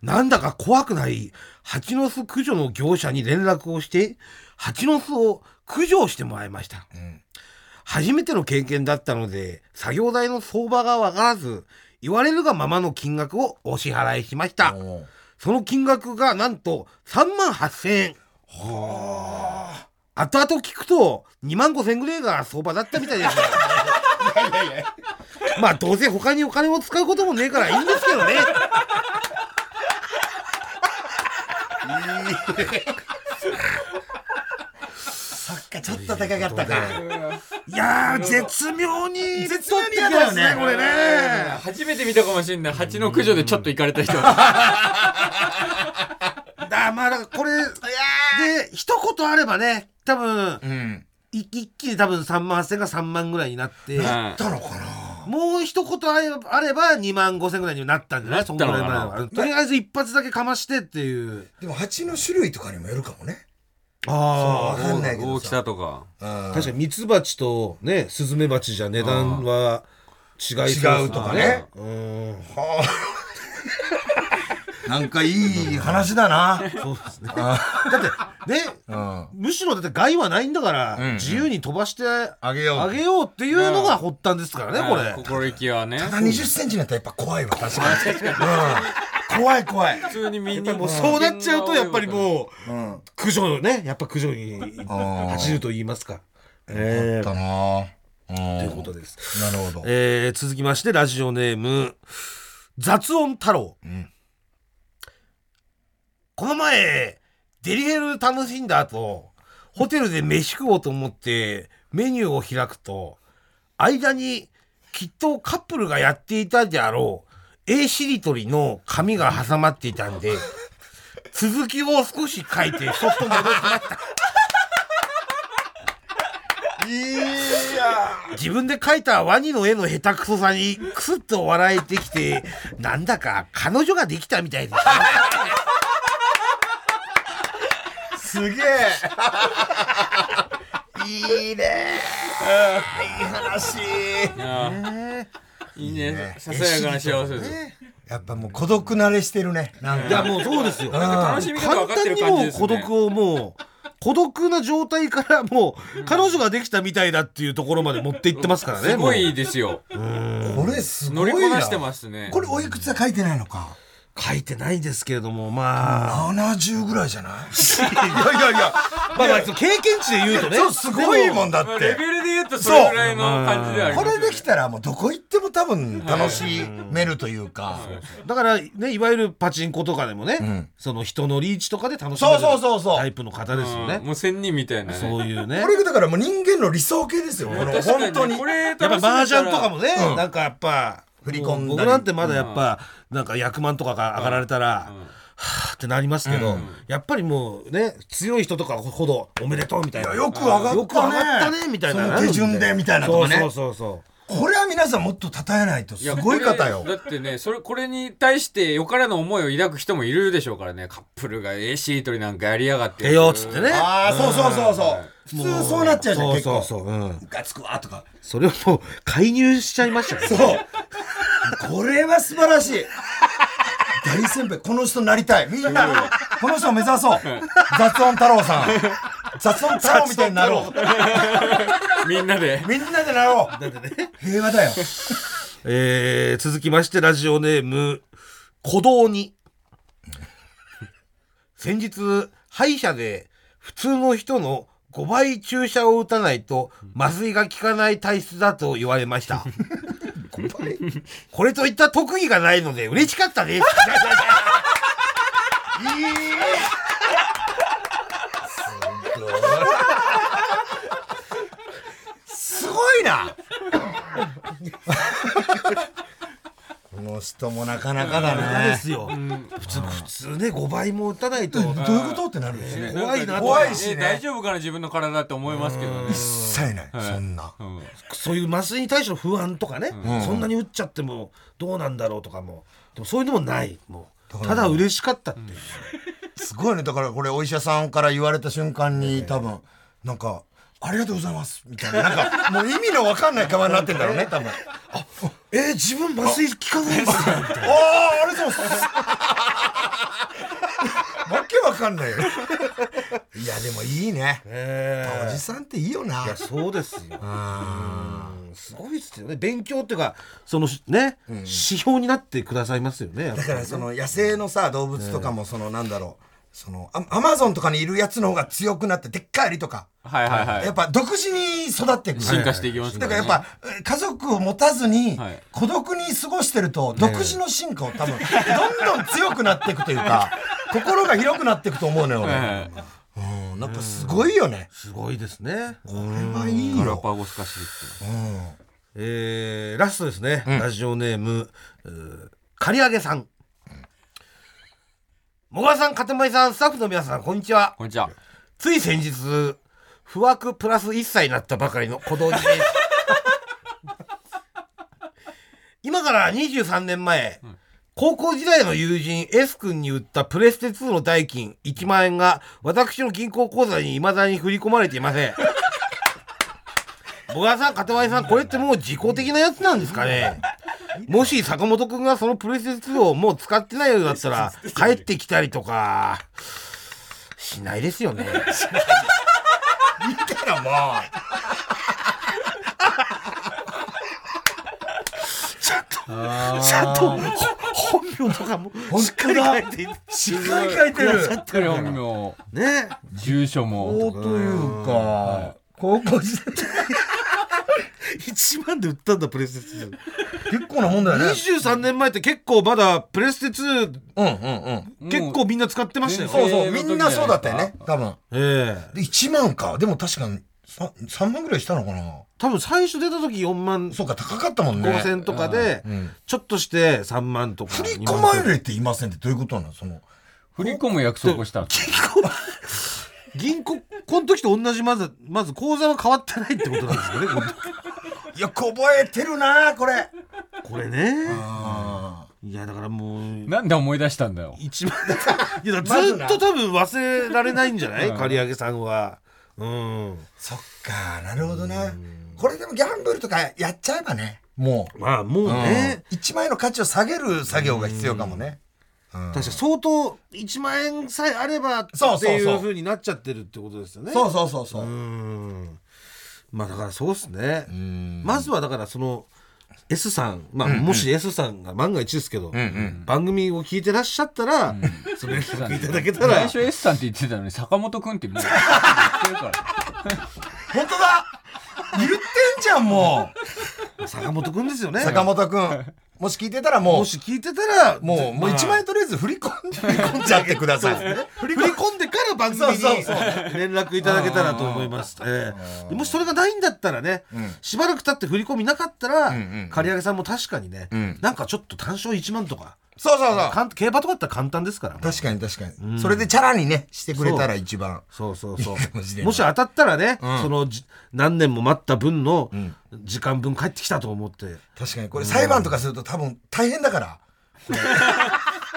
[SPEAKER 3] なんだか怖くない蜂の巣駆除の業者に連絡をして蜂の巣を駆除してもらいました
[SPEAKER 1] うん
[SPEAKER 3] 初めての経験だったので作業代の相場が分からず言われるがままの金額をお支払いしました、
[SPEAKER 1] おう
[SPEAKER 3] その金額がなんと3万8000円。
[SPEAKER 1] は
[SPEAKER 3] 後々聞くと2万5000円ぐらいが相場だったみたいですね。まあどうせ他にお金を使うこともねえからいいんですけどね。
[SPEAKER 1] あそっかちょっと高かったか
[SPEAKER 3] いやー絶妙に
[SPEAKER 1] 絶妙に嫌だ
[SPEAKER 3] 取っ
[SPEAKER 1] よね
[SPEAKER 3] てきますこれね。
[SPEAKER 2] 初めて見たかもしれない。蜂の駆除でちょっと行かれた人。は
[SPEAKER 3] だまあだからこれで一言あればね多分
[SPEAKER 1] うん
[SPEAKER 3] い一気に多分3万8000円が3万ぐらいになって。
[SPEAKER 1] あったのかな
[SPEAKER 3] もう一言あればあれば2万5千ぐらいになったんじゃない
[SPEAKER 2] なった
[SPEAKER 3] そ
[SPEAKER 2] の
[SPEAKER 3] ん
[SPEAKER 2] か
[SPEAKER 3] ぐ
[SPEAKER 2] な
[SPEAKER 3] らいまではとりあえず一発だけかましてっていう。
[SPEAKER 1] でも蜂の種類とかにもよるかもね
[SPEAKER 3] あ
[SPEAKER 1] わかんないけどさ
[SPEAKER 2] 大きさとか。
[SPEAKER 1] 確
[SPEAKER 3] 確かにミツバチとねスズメバチじゃ値段は違いそうです
[SPEAKER 1] 違うとかね
[SPEAKER 3] うん
[SPEAKER 1] なんかいい話だな
[SPEAKER 3] そうですねだってね
[SPEAKER 1] うん
[SPEAKER 3] むしろだって害はないんだから
[SPEAKER 1] うん
[SPEAKER 3] 自由に飛ばしてあ
[SPEAKER 1] あげよう
[SPEAKER 3] げようっていうのが発端ですからねこ
[SPEAKER 2] はい
[SPEAKER 3] れ
[SPEAKER 2] 心意気はね。
[SPEAKER 1] ただ20センチになったらやっぱ怖いわ確かにうん怖い怖い。
[SPEAKER 2] 普通にみん
[SPEAKER 3] やっ
[SPEAKER 2] な
[SPEAKER 3] ぱりもうそうなっちゃうとやっぱりもう
[SPEAKER 1] うん。
[SPEAKER 3] 駆除のねやっぱ駆除に走ると言いますか。ええ
[SPEAKER 1] だなと
[SPEAKER 3] と
[SPEAKER 1] い
[SPEAKER 3] いうことです。
[SPEAKER 1] なるほど。
[SPEAKER 3] えー続きましてラジオネーム雑音太郎、
[SPEAKER 1] ん
[SPEAKER 3] この前デリヘル楽しんだ後ホテルで飯食おうと思ってメニューを開くと間にきっとカップルがやっていたであろう A しりとりの紙が挟まっていたんで続きを少し書いてそっと戻しました
[SPEAKER 1] いや
[SPEAKER 3] 自分で描いたワニの絵の下手くそさにクスッと笑えてきてなんだか彼女ができたみたいですね
[SPEAKER 1] すげえ。いいね。いい話。
[SPEAKER 2] ああいいねささやかな幸せです
[SPEAKER 1] やっぱもう孤独慣れしてるね。なん
[SPEAKER 3] いや
[SPEAKER 1] か。
[SPEAKER 3] もうそうですよ
[SPEAKER 1] ん
[SPEAKER 2] 楽しみ方
[SPEAKER 3] 簡
[SPEAKER 2] 分かってる
[SPEAKER 3] 単に
[SPEAKER 2] 感じ
[SPEAKER 3] もう
[SPEAKER 2] です
[SPEAKER 3] 孤
[SPEAKER 2] ね
[SPEAKER 3] 独をもう孤独な状態からもう彼女ができたみたいだっていうところまで持っていってますからね
[SPEAKER 2] すご
[SPEAKER 3] も
[SPEAKER 2] いですよ
[SPEAKER 1] これす
[SPEAKER 2] 乗
[SPEAKER 1] ごい
[SPEAKER 2] り
[SPEAKER 1] な。
[SPEAKER 2] こなしてますね
[SPEAKER 1] これおいくつは書いてないのか。
[SPEAKER 3] う書いてないですけれどもまあ
[SPEAKER 1] 70ぐらいじゃないいやいやいや。
[SPEAKER 3] まあまあその経験値で言うとね
[SPEAKER 1] そうすごいもんだ
[SPEAKER 2] ま
[SPEAKER 1] っ
[SPEAKER 2] あレ
[SPEAKER 1] て
[SPEAKER 2] ベ。ルで言うとそれぐらいの感じではありま
[SPEAKER 1] こ
[SPEAKER 2] すよ
[SPEAKER 1] れ
[SPEAKER 2] ね
[SPEAKER 1] できたらもうどこ行っても多分楽しめるというか。
[SPEAKER 3] だからねいわゆるパチンコとかでもね、
[SPEAKER 1] ん
[SPEAKER 3] その人のリーチとかで楽し
[SPEAKER 1] そ
[SPEAKER 3] め
[SPEAKER 1] うそう
[SPEAKER 3] る
[SPEAKER 1] そうそう
[SPEAKER 3] タイ。プの方ですよ
[SPEAKER 2] うん
[SPEAKER 3] ね
[SPEAKER 2] もう仙人みたいなね
[SPEAKER 3] そういうね
[SPEAKER 1] これだからもう人間の理想形ですよ。この
[SPEAKER 2] 確かに
[SPEAKER 1] 本当に
[SPEAKER 2] こ。れ楽し
[SPEAKER 3] や
[SPEAKER 2] め
[SPEAKER 3] ったぱ
[SPEAKER 2] ら
[SPEAKER 3] 麻雀とかもね、
[SPEAKER 1] うん
[SPEAKER 3] なんかやっぱ
[SPEAKER 1] 振り込んだり
[SPEAKER 3] 僕なんてまだやっぱ、なんか役満とかが上がられたら、
[SPEAKER 2] うん
[SPEAKER 3] はぁってなりますけど、やっぱりもうね強い人とかほどおめでとうみたい
[SPEAKER 1] い
[SPEAKER 3] な
[SPEAKER 1] やよく上がったね。
[SPEAKER 3] よく上がったねみたいな
[SPEAKER 1] その手順でみたいなと
[SPEAKER 3] そ
[SPEAKER 1] か
[SPEAKER 3] う
[SPEAKER 1] ね。
[SPEAKER 3] そうそうそう
[SPEAKER 1] これは皆さんもっと称えないと
[SPEAKER 2] い
[SPEAKER 1] す
[SPEAKER 2] や
[SPEAKER 1] ごい方
[SPEAKER 2] こ
[SPEAKER 1] よ
[SPEAKER 2] れ。だってねそれこれに対してよからぬ思いを抱く人もいるでしょうからねカップルがええしりとりなんかやりやがって
[SPEAKER 3] ええよっつってね
[SPEAKER 1] ああそうそうそうそう。普通そうなっちゃうじゃん
[SPEAKER 3] そう
[SPEAKER 1] 結
[SPEAKER 3] そう
[SPEAKER 1] 構。
[SPEAKER 3] そう、うん、
[SPEAKER 1] ムカつくわとか。
[SPEAKER 3] それをもう介入しちゃいましたね
[SPEAKER 1] そう。これは素晴らしい。大先輩この人になりたい。みんなこの人を目指そう。雑音太郎さん。雑音太郎みたいになろう。
[SPEAKER 2] みんなで
[SPEAKER 1] みんなでなろう。平和だよ。
[SPEAKER 3] えー続きましてラジオネーム鼓動に 先日歯医者で普通の人の5倍注射を打たないと麻酔が効かない体質だと言われました これといった特技が ないので嬉しかったです
[SPEAKER 1] すごいなこの人もなかなかだ
[SPEAKER 3] で
[SPEAKER 1] ね
[SPEAKER 3] すよ、普通普通ね5倍も打たないと
[SPEAKER 1] どういうことってなるよね
[SPEAKER 3] 怖いなと
[SPEAKER 1] 怖いしね
[SPEAKER 2] ええ大丈夫かな自分の体って思いますけどね
[SPEAKER 1] 一切ないそんな
[SPEAKER 2] うん
[SPEAKER 3] そういう麻酔に対しての不安とかね、そんなに打っちゃってもどうなんだろうとかもでもそういうのもないもうただ嬉しかったっていう、
[SPEAKER 1] すごいねだからこれお医者さんから言われた瞬間に多分なんか「ありがとうございます」みたいななんかもう意味のわかんない顔になってんだろうね多分
[SPEAKER 3] えー自分麻酔効かないですね
[SPEAKER 1] あああれそうっすわけわかんないよいやでもいいね
[SPEAKER 3] え
[SPEAKER 1] おじさんっていいよな
[SPEAKER 3] ーいやそうですようんすごいっすよね勉強っていうかそのね、指標になってくださいますよねやっぱ
[SPEAKER 1] だからその野生のさ動物とかもそのなんだろうそのアアマゾンとかにいるやつの方が強くなってでっかいアリとか
[SPEAKER 2] はいはいはい
[SPEAKER 1] やっぱ独自に育っていく
[SPEAKER 2] 進化していきます
[SPEAKER 1] だ
[SPEAKER 2] か
[SPEAKER 1] から
[SPEAKER 2] ら
[SPEAKER 1] や
[SPEAKER 2] ね
[SPEAKER 1] っぱえ家族を持たずに
[SPEAKER 2] はい
[SPEAKER 1] 孤独に過ごしてると独自の進化を多分どんどん強くなっていくという か心が広くなっていくと思うのよ俺
[SPEAKER 2] ええ
[SPEAKER 1] うんなんかすごいよね
[SPEAKER 3] すごいですね、
[SPEAKER 1] これはいい
[SPEAKER 2] ガラ
[SPEAKER 1] よ
[SPEAKER 2] パゴス化していって
[SPEAKER 3] えーラストですね、ラジオネームうー刈り上げさんもがさん、かたまりさん、スタッフの皆さん、こんにちは。
[SPEAKER 2] こんにちは
[SPEAKER 3] つい先日、不惑プラス1歳になったばかりの子 供です。今から23年前、高校時代の友人 S 君に売ったプレステ2の代金1万円が私の銀行口座に未だに振り込まれていませ ん。小川さん、片割さん、これってもう自己的なやつなんですか ねもし坂本君がそのプレステ2をもう使ってないようだった ら帰ってきたりとかしないですよね。
[SPEAKER 1] いいからも
[SPEAKER 3] ちゃんとほ本名とかも
[SPEAKER 1] 本
[SPEAKER 3] しっか
[SPEAKER 1] 当
[SPEAKER 3] り
[SPEAKER 1] だ
[SPEAKER 3] 書いていて
[SPEAKER 1] しっかり書いてる
[SPEAKER 2] しっかり本名、
[SPEAKER 3] ね
[SPEAKER 2] 住所
[SPEAKER 1] こ
[SPEAKER 2] も。
[SPEAKER 1] うというか高校時代
[SPEAKER 3] 1万で売ったんだプレステ2
[SPEAKER 1] 結構なもんだよね
[SPEAKER 3] 23年前って結構まだプレステ2
[SPEAKER 1] うんうんうん
[SPEAKER 3] 結構みんな使ってましたよ
[SPEAKER 1] そ
[SPEAKER 3] ね
[SPEAKER 1] うそう
[SPEAKER 2] えー
[SPEAKER 1] みんなそうだったよね多分
[SPEAKER 3] ええ
[SPEAKER 1] で1万かでも確かに 3, 3万ぐらいしたのかな
[SPEAKER 3] 多分最初出た時4万
[SPEAKER 1] そうか高かったもんね
[SPEAKER 3] 5千とかで
[SPEAKER 1] うん
[SPEAKER 3] ちょっとして3万とか
[SPEAKER 1] 振り
[SPEAKER 3] 2
[SPEAKER 1] 込
[SPEAKER 3] 万と
[SPEAKER 1] ま
[SPEAKER 3] か
[SPEAKER 1] れていませんってどういうことなのその
[SPEAKER 2] 振り込む約束をした。
[SPEAKER 3] 銀行この時と同じまずまず口座は変わってないってことなんですよねこの
[SPEAKER 1] よく覚えてるなこれ
[SPEAKER 3] これね
[SPEAKER 1] あ
[SPEAKER 3] いやだからもう
[SPEAKER 2] なんで思い出したんだよ。
[SPEAKER 3] 一 番いやだか
[SPEAKER 1] ま
[SPEAKER 3] ら
[SPEAKER 1] ず
[SPEAKER 3] ず
[SPEAKER 1] な
[SPEAKER 3] っと多分忘れられないんじゃない
[SPEAKER 2] うん
[SPEAKER 3] 刈上さんはうん
[SPEAKER 1] そっかなるほどなこれでもギャンブルとかやっちゃえばねも
[SPEAKER 3] まあもう
[SPEAKER 1] う、
[SPEAKER 3] ね、
[SPEAKER 1] うん、1万円の価値を下げる作業が必要かもね、うん
[SPEAKER 3] 確か相当1万円さえあればっ
[SPEAKER 1] そう
[SPEAKER 3] て
[SPEAKER 1] そう
[SPEAKER 3] い
[SPEAKER 1] そう
[SPEAKER 3] うふうになっちゃってるってことですよね
[SPEAKER 1] そうそうそうそう、
[SPEAKER 3] うんまあだからそうっすね
[SPEAKER 1] ん
[SPEAKER 3] まずはだからその S さん、まあ、もし S さんが万が一ですけど、番組を聞いてらっしゃったら、その連絡いただけたら
[SPEAKER 2] 最初 S さんって言ってたのに、坂本くんって言ってるから。
[SPEAKER 1] 本当だ言ってんじゃんも
[SPEAKER 3] 坂本くんですよね
[SPEAKER 1] う坂本君もし聞いてたらもう
[SPEAKER 3] もし聞いてたら
[SPEAKER 1] もう、もう1万円とりあえず振り込ん振り込んじゃってください。
[SPEAKER 3] 振り込んでから番組に
[SPEAKER 1] そうそうそう
[SPEAKER 3] 連絡いただけたらと思います。ええでもしそれがないんだったらね、しばらく経って振り込みなかったら、刈り上げさんも確かにね、なんかちょっと単勝1万とか、
[SPEAKER 1] そうそうそう。
[SPEAKER 3] かん競馬とかだったら簡単ですから。
[SPEAKER 1] 確かに確かに。それでチャラにね、してくれたら一番。
[SPEAKER 3] そうそうそう
[SPEAKER 1] いいかもしれない
[SPEAKER 3] もし当たったらね、そのじ何年も待った分の時間分帰ってきたと思って、
[SPEAKER 1] 確かに。これ裁判とかすると多分大変だから。こ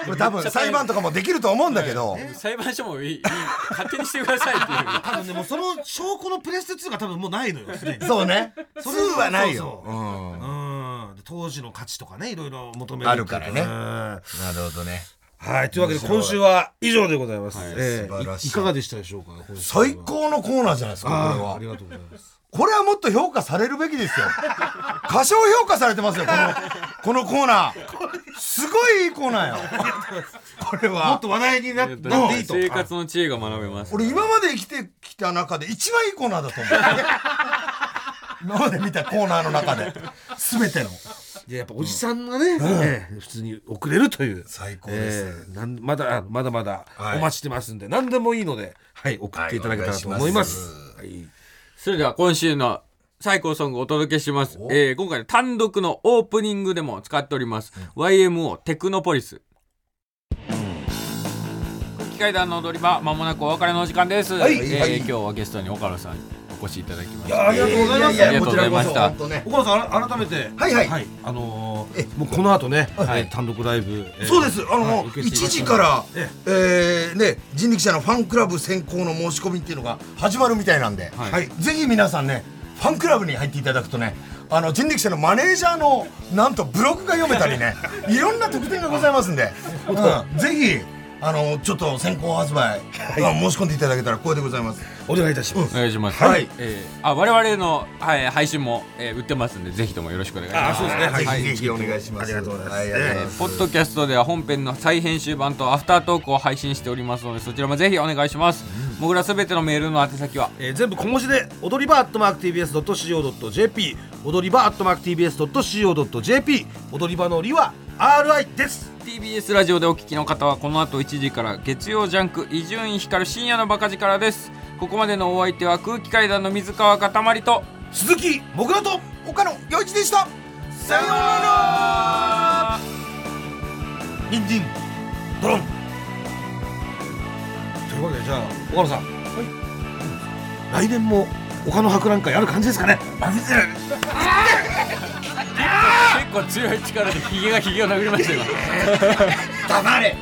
[SPEAKER 1] れこれ多分裁判とかもできると思うんだけど。
[SPEAKER 2] 裁判所もいい、いい勝手にしてくださいっていう。
[SPEAKER 3] 多分ねもうその証拠のプレステ2が多分もうないのよすでに
[SPEAKER 1] そうね。
[SPEAKER 3] そ
[SPEAKER 1] 通
[SPEAKER 3] れ
[SPEAKER 1] はないよ。
[SPEAKER 3] そううそ
[SPEAKER 1] ん
[SPEAKER 3] うんで当時の価値とかねいろいろ求める
[SPEAKER 1] あるからね
[SPEAKER 3] うん
[SPEAKER 1] なるほどね。
[SPEAKER 3] はいというわけで今週は以上でございます、ええ
[SPEAKER 1] 素晴らしい
[SPEAKER 3] いかがでしたでしょうか今週は
[SPEAKER 1] 最高のコーナーじゃないですか、これ
[SPEAKER 3] あーあり
[SPEAKER 1] は。
[SPEAKER 3] がとうございます
[SPEAKER 1] これはもっと評価されるべきですよ。過小評価されてますよ、この、このコーナー。すごいいいコーナーよ。これは。
[SPEAKER 3] もっと話題に ななっていいと
[SPEAKER 2] 生活の知恵が学べます。
[SPEAKER 1] 俺今まで生きてきた中で一番いいコーナーだと思う今まで見たコーナーの中で全ての
[SPEAKER 3] いややっぱおじさんがね、ええ普通に遅れるという
[SPEAKER 1] 最高です
[SPEAKER 3] ええなんまだまだまだ
[SPEAKER 1] はい
[SPEAKER 3] お待ちしてますんで、何でもいいので、はい、送っていただけたらと思います。はい
[SPEAKER 2] それでは今週の最高ソングをお届けします。えー今回の単独のオープニングでも使っております。YMO テクノポリス。空気階段の踊り場、まもなくお別れのお時間です。
[SPEAKER 1] い
[SPEAKER 2] えー
[SPEAKER 1] はい
[SPEAKER 2] 今日はゲストに岡野さんにお越しいただきまし
[SPEAKER 3] や
[SPEAKER 2] た。
[SPEAKER 3] ありがとうございます
[SPEAKER 1] ややこちらこ
[SPEAKER 2] ありがとうございま
[SPEAKER 1] そ
[SPEAKER 2] した
[SPEAKER 1] 本当ね
[SPEAKER 3] 岡田さん、あら改めて、
[SPEAKER 1] はいはい
[SPEAKER 3] あのー
[SPEAKER 1] え
[SPEAKER 3] もうこの後ね、
[SPEAKER 1] はい
[SPEAKER 3] えー単独ライブ、えー
[SPEAKER 1] そうですあの、
[SPEAKER 3] はい
[SPEAKER 1] 1時から
[SPEAKER 3] え
[SPEAKER 1] えーね人力車のファンクラブ選考の申し込みっていうのが始まるみたいなんで、
[SPEAKER 2] はい
[SPEAKER 1] はいぜひ皆さんねファンクラブに入っていただくとねあの人力車のマネージャーのなんとブログが読めた りねいろんな特典がございますんで、うん、ぜひあのちょっと先行発売、あの申し込んでいただけたら光栄でございます
[SPEAKER 3] お願いいたします。
[SPEAKER 2] お願いします。
[SPEAKER 1] はい
[SPEAKER 2] えーあ、我々の、はい、配信も、えー売ってますんで、ぜひともよろしくお願いします。
[SPEAKER 3] あそうですね
[SPEAKER 1] はい
[SPEAKER 3] はい
[SPEAKER 1] ぜひぜひお願いします。
[SPEAKER 3] ありがとうございます
[SPEAKER 1] はありがとうござい
[SPEAKER 2] え
[SPEAKER 1] ま
[SPEAKER 2] ー
[SPEAKER 1] す
[SPEAKER 2] ポッドキャストでは本編の再編集版とアフタートークを配信しておりますのでそちらもぜひお願いします、もぐらすべてのメールの宛先は
[SPEAKER 3] えー全部小文字で踊り場アットマーク TBS.CO.JP 踊り場アットマーク TBS.CO.JP 踊り場のりは RI です。
[SPEAKER 2] TBS ラジオでお聞きの方はこの後1時から月曜ジャンク伊集院光る深夜のバカ力ですここまでのお相手は空気階段の水川かたまりと
[SPEAKER 3] 鈴木もぐらと
[SPEAKER 1] 岡野陽一でした。
[SPEAKER 2] さようなら
[SPEAKER 3] リンディンドロンというわけでじゃあ岡野さん、来年も岡野博覧会やる感じですかね
[SPEAKER 2] 結構強い力でヒゲがヒゲを殴りましたよ
[SPEAKER 1] 黙れ。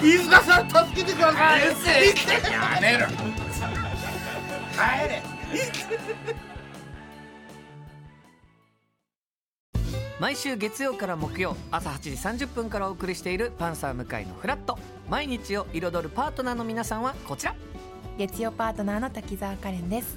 [SPEAKER 3] 飯塚さん助けてください
[SPEAKER 1] やめろ。帰れ。
[SPEAKER 4] 毎週月曜から木曜朝8時30分からお送りしている「パンサー向井のフラット」毎日を彩るパートナーの皆さんはこちら
[SPEAKER 5] 月曜パートナーの滝沢カレンです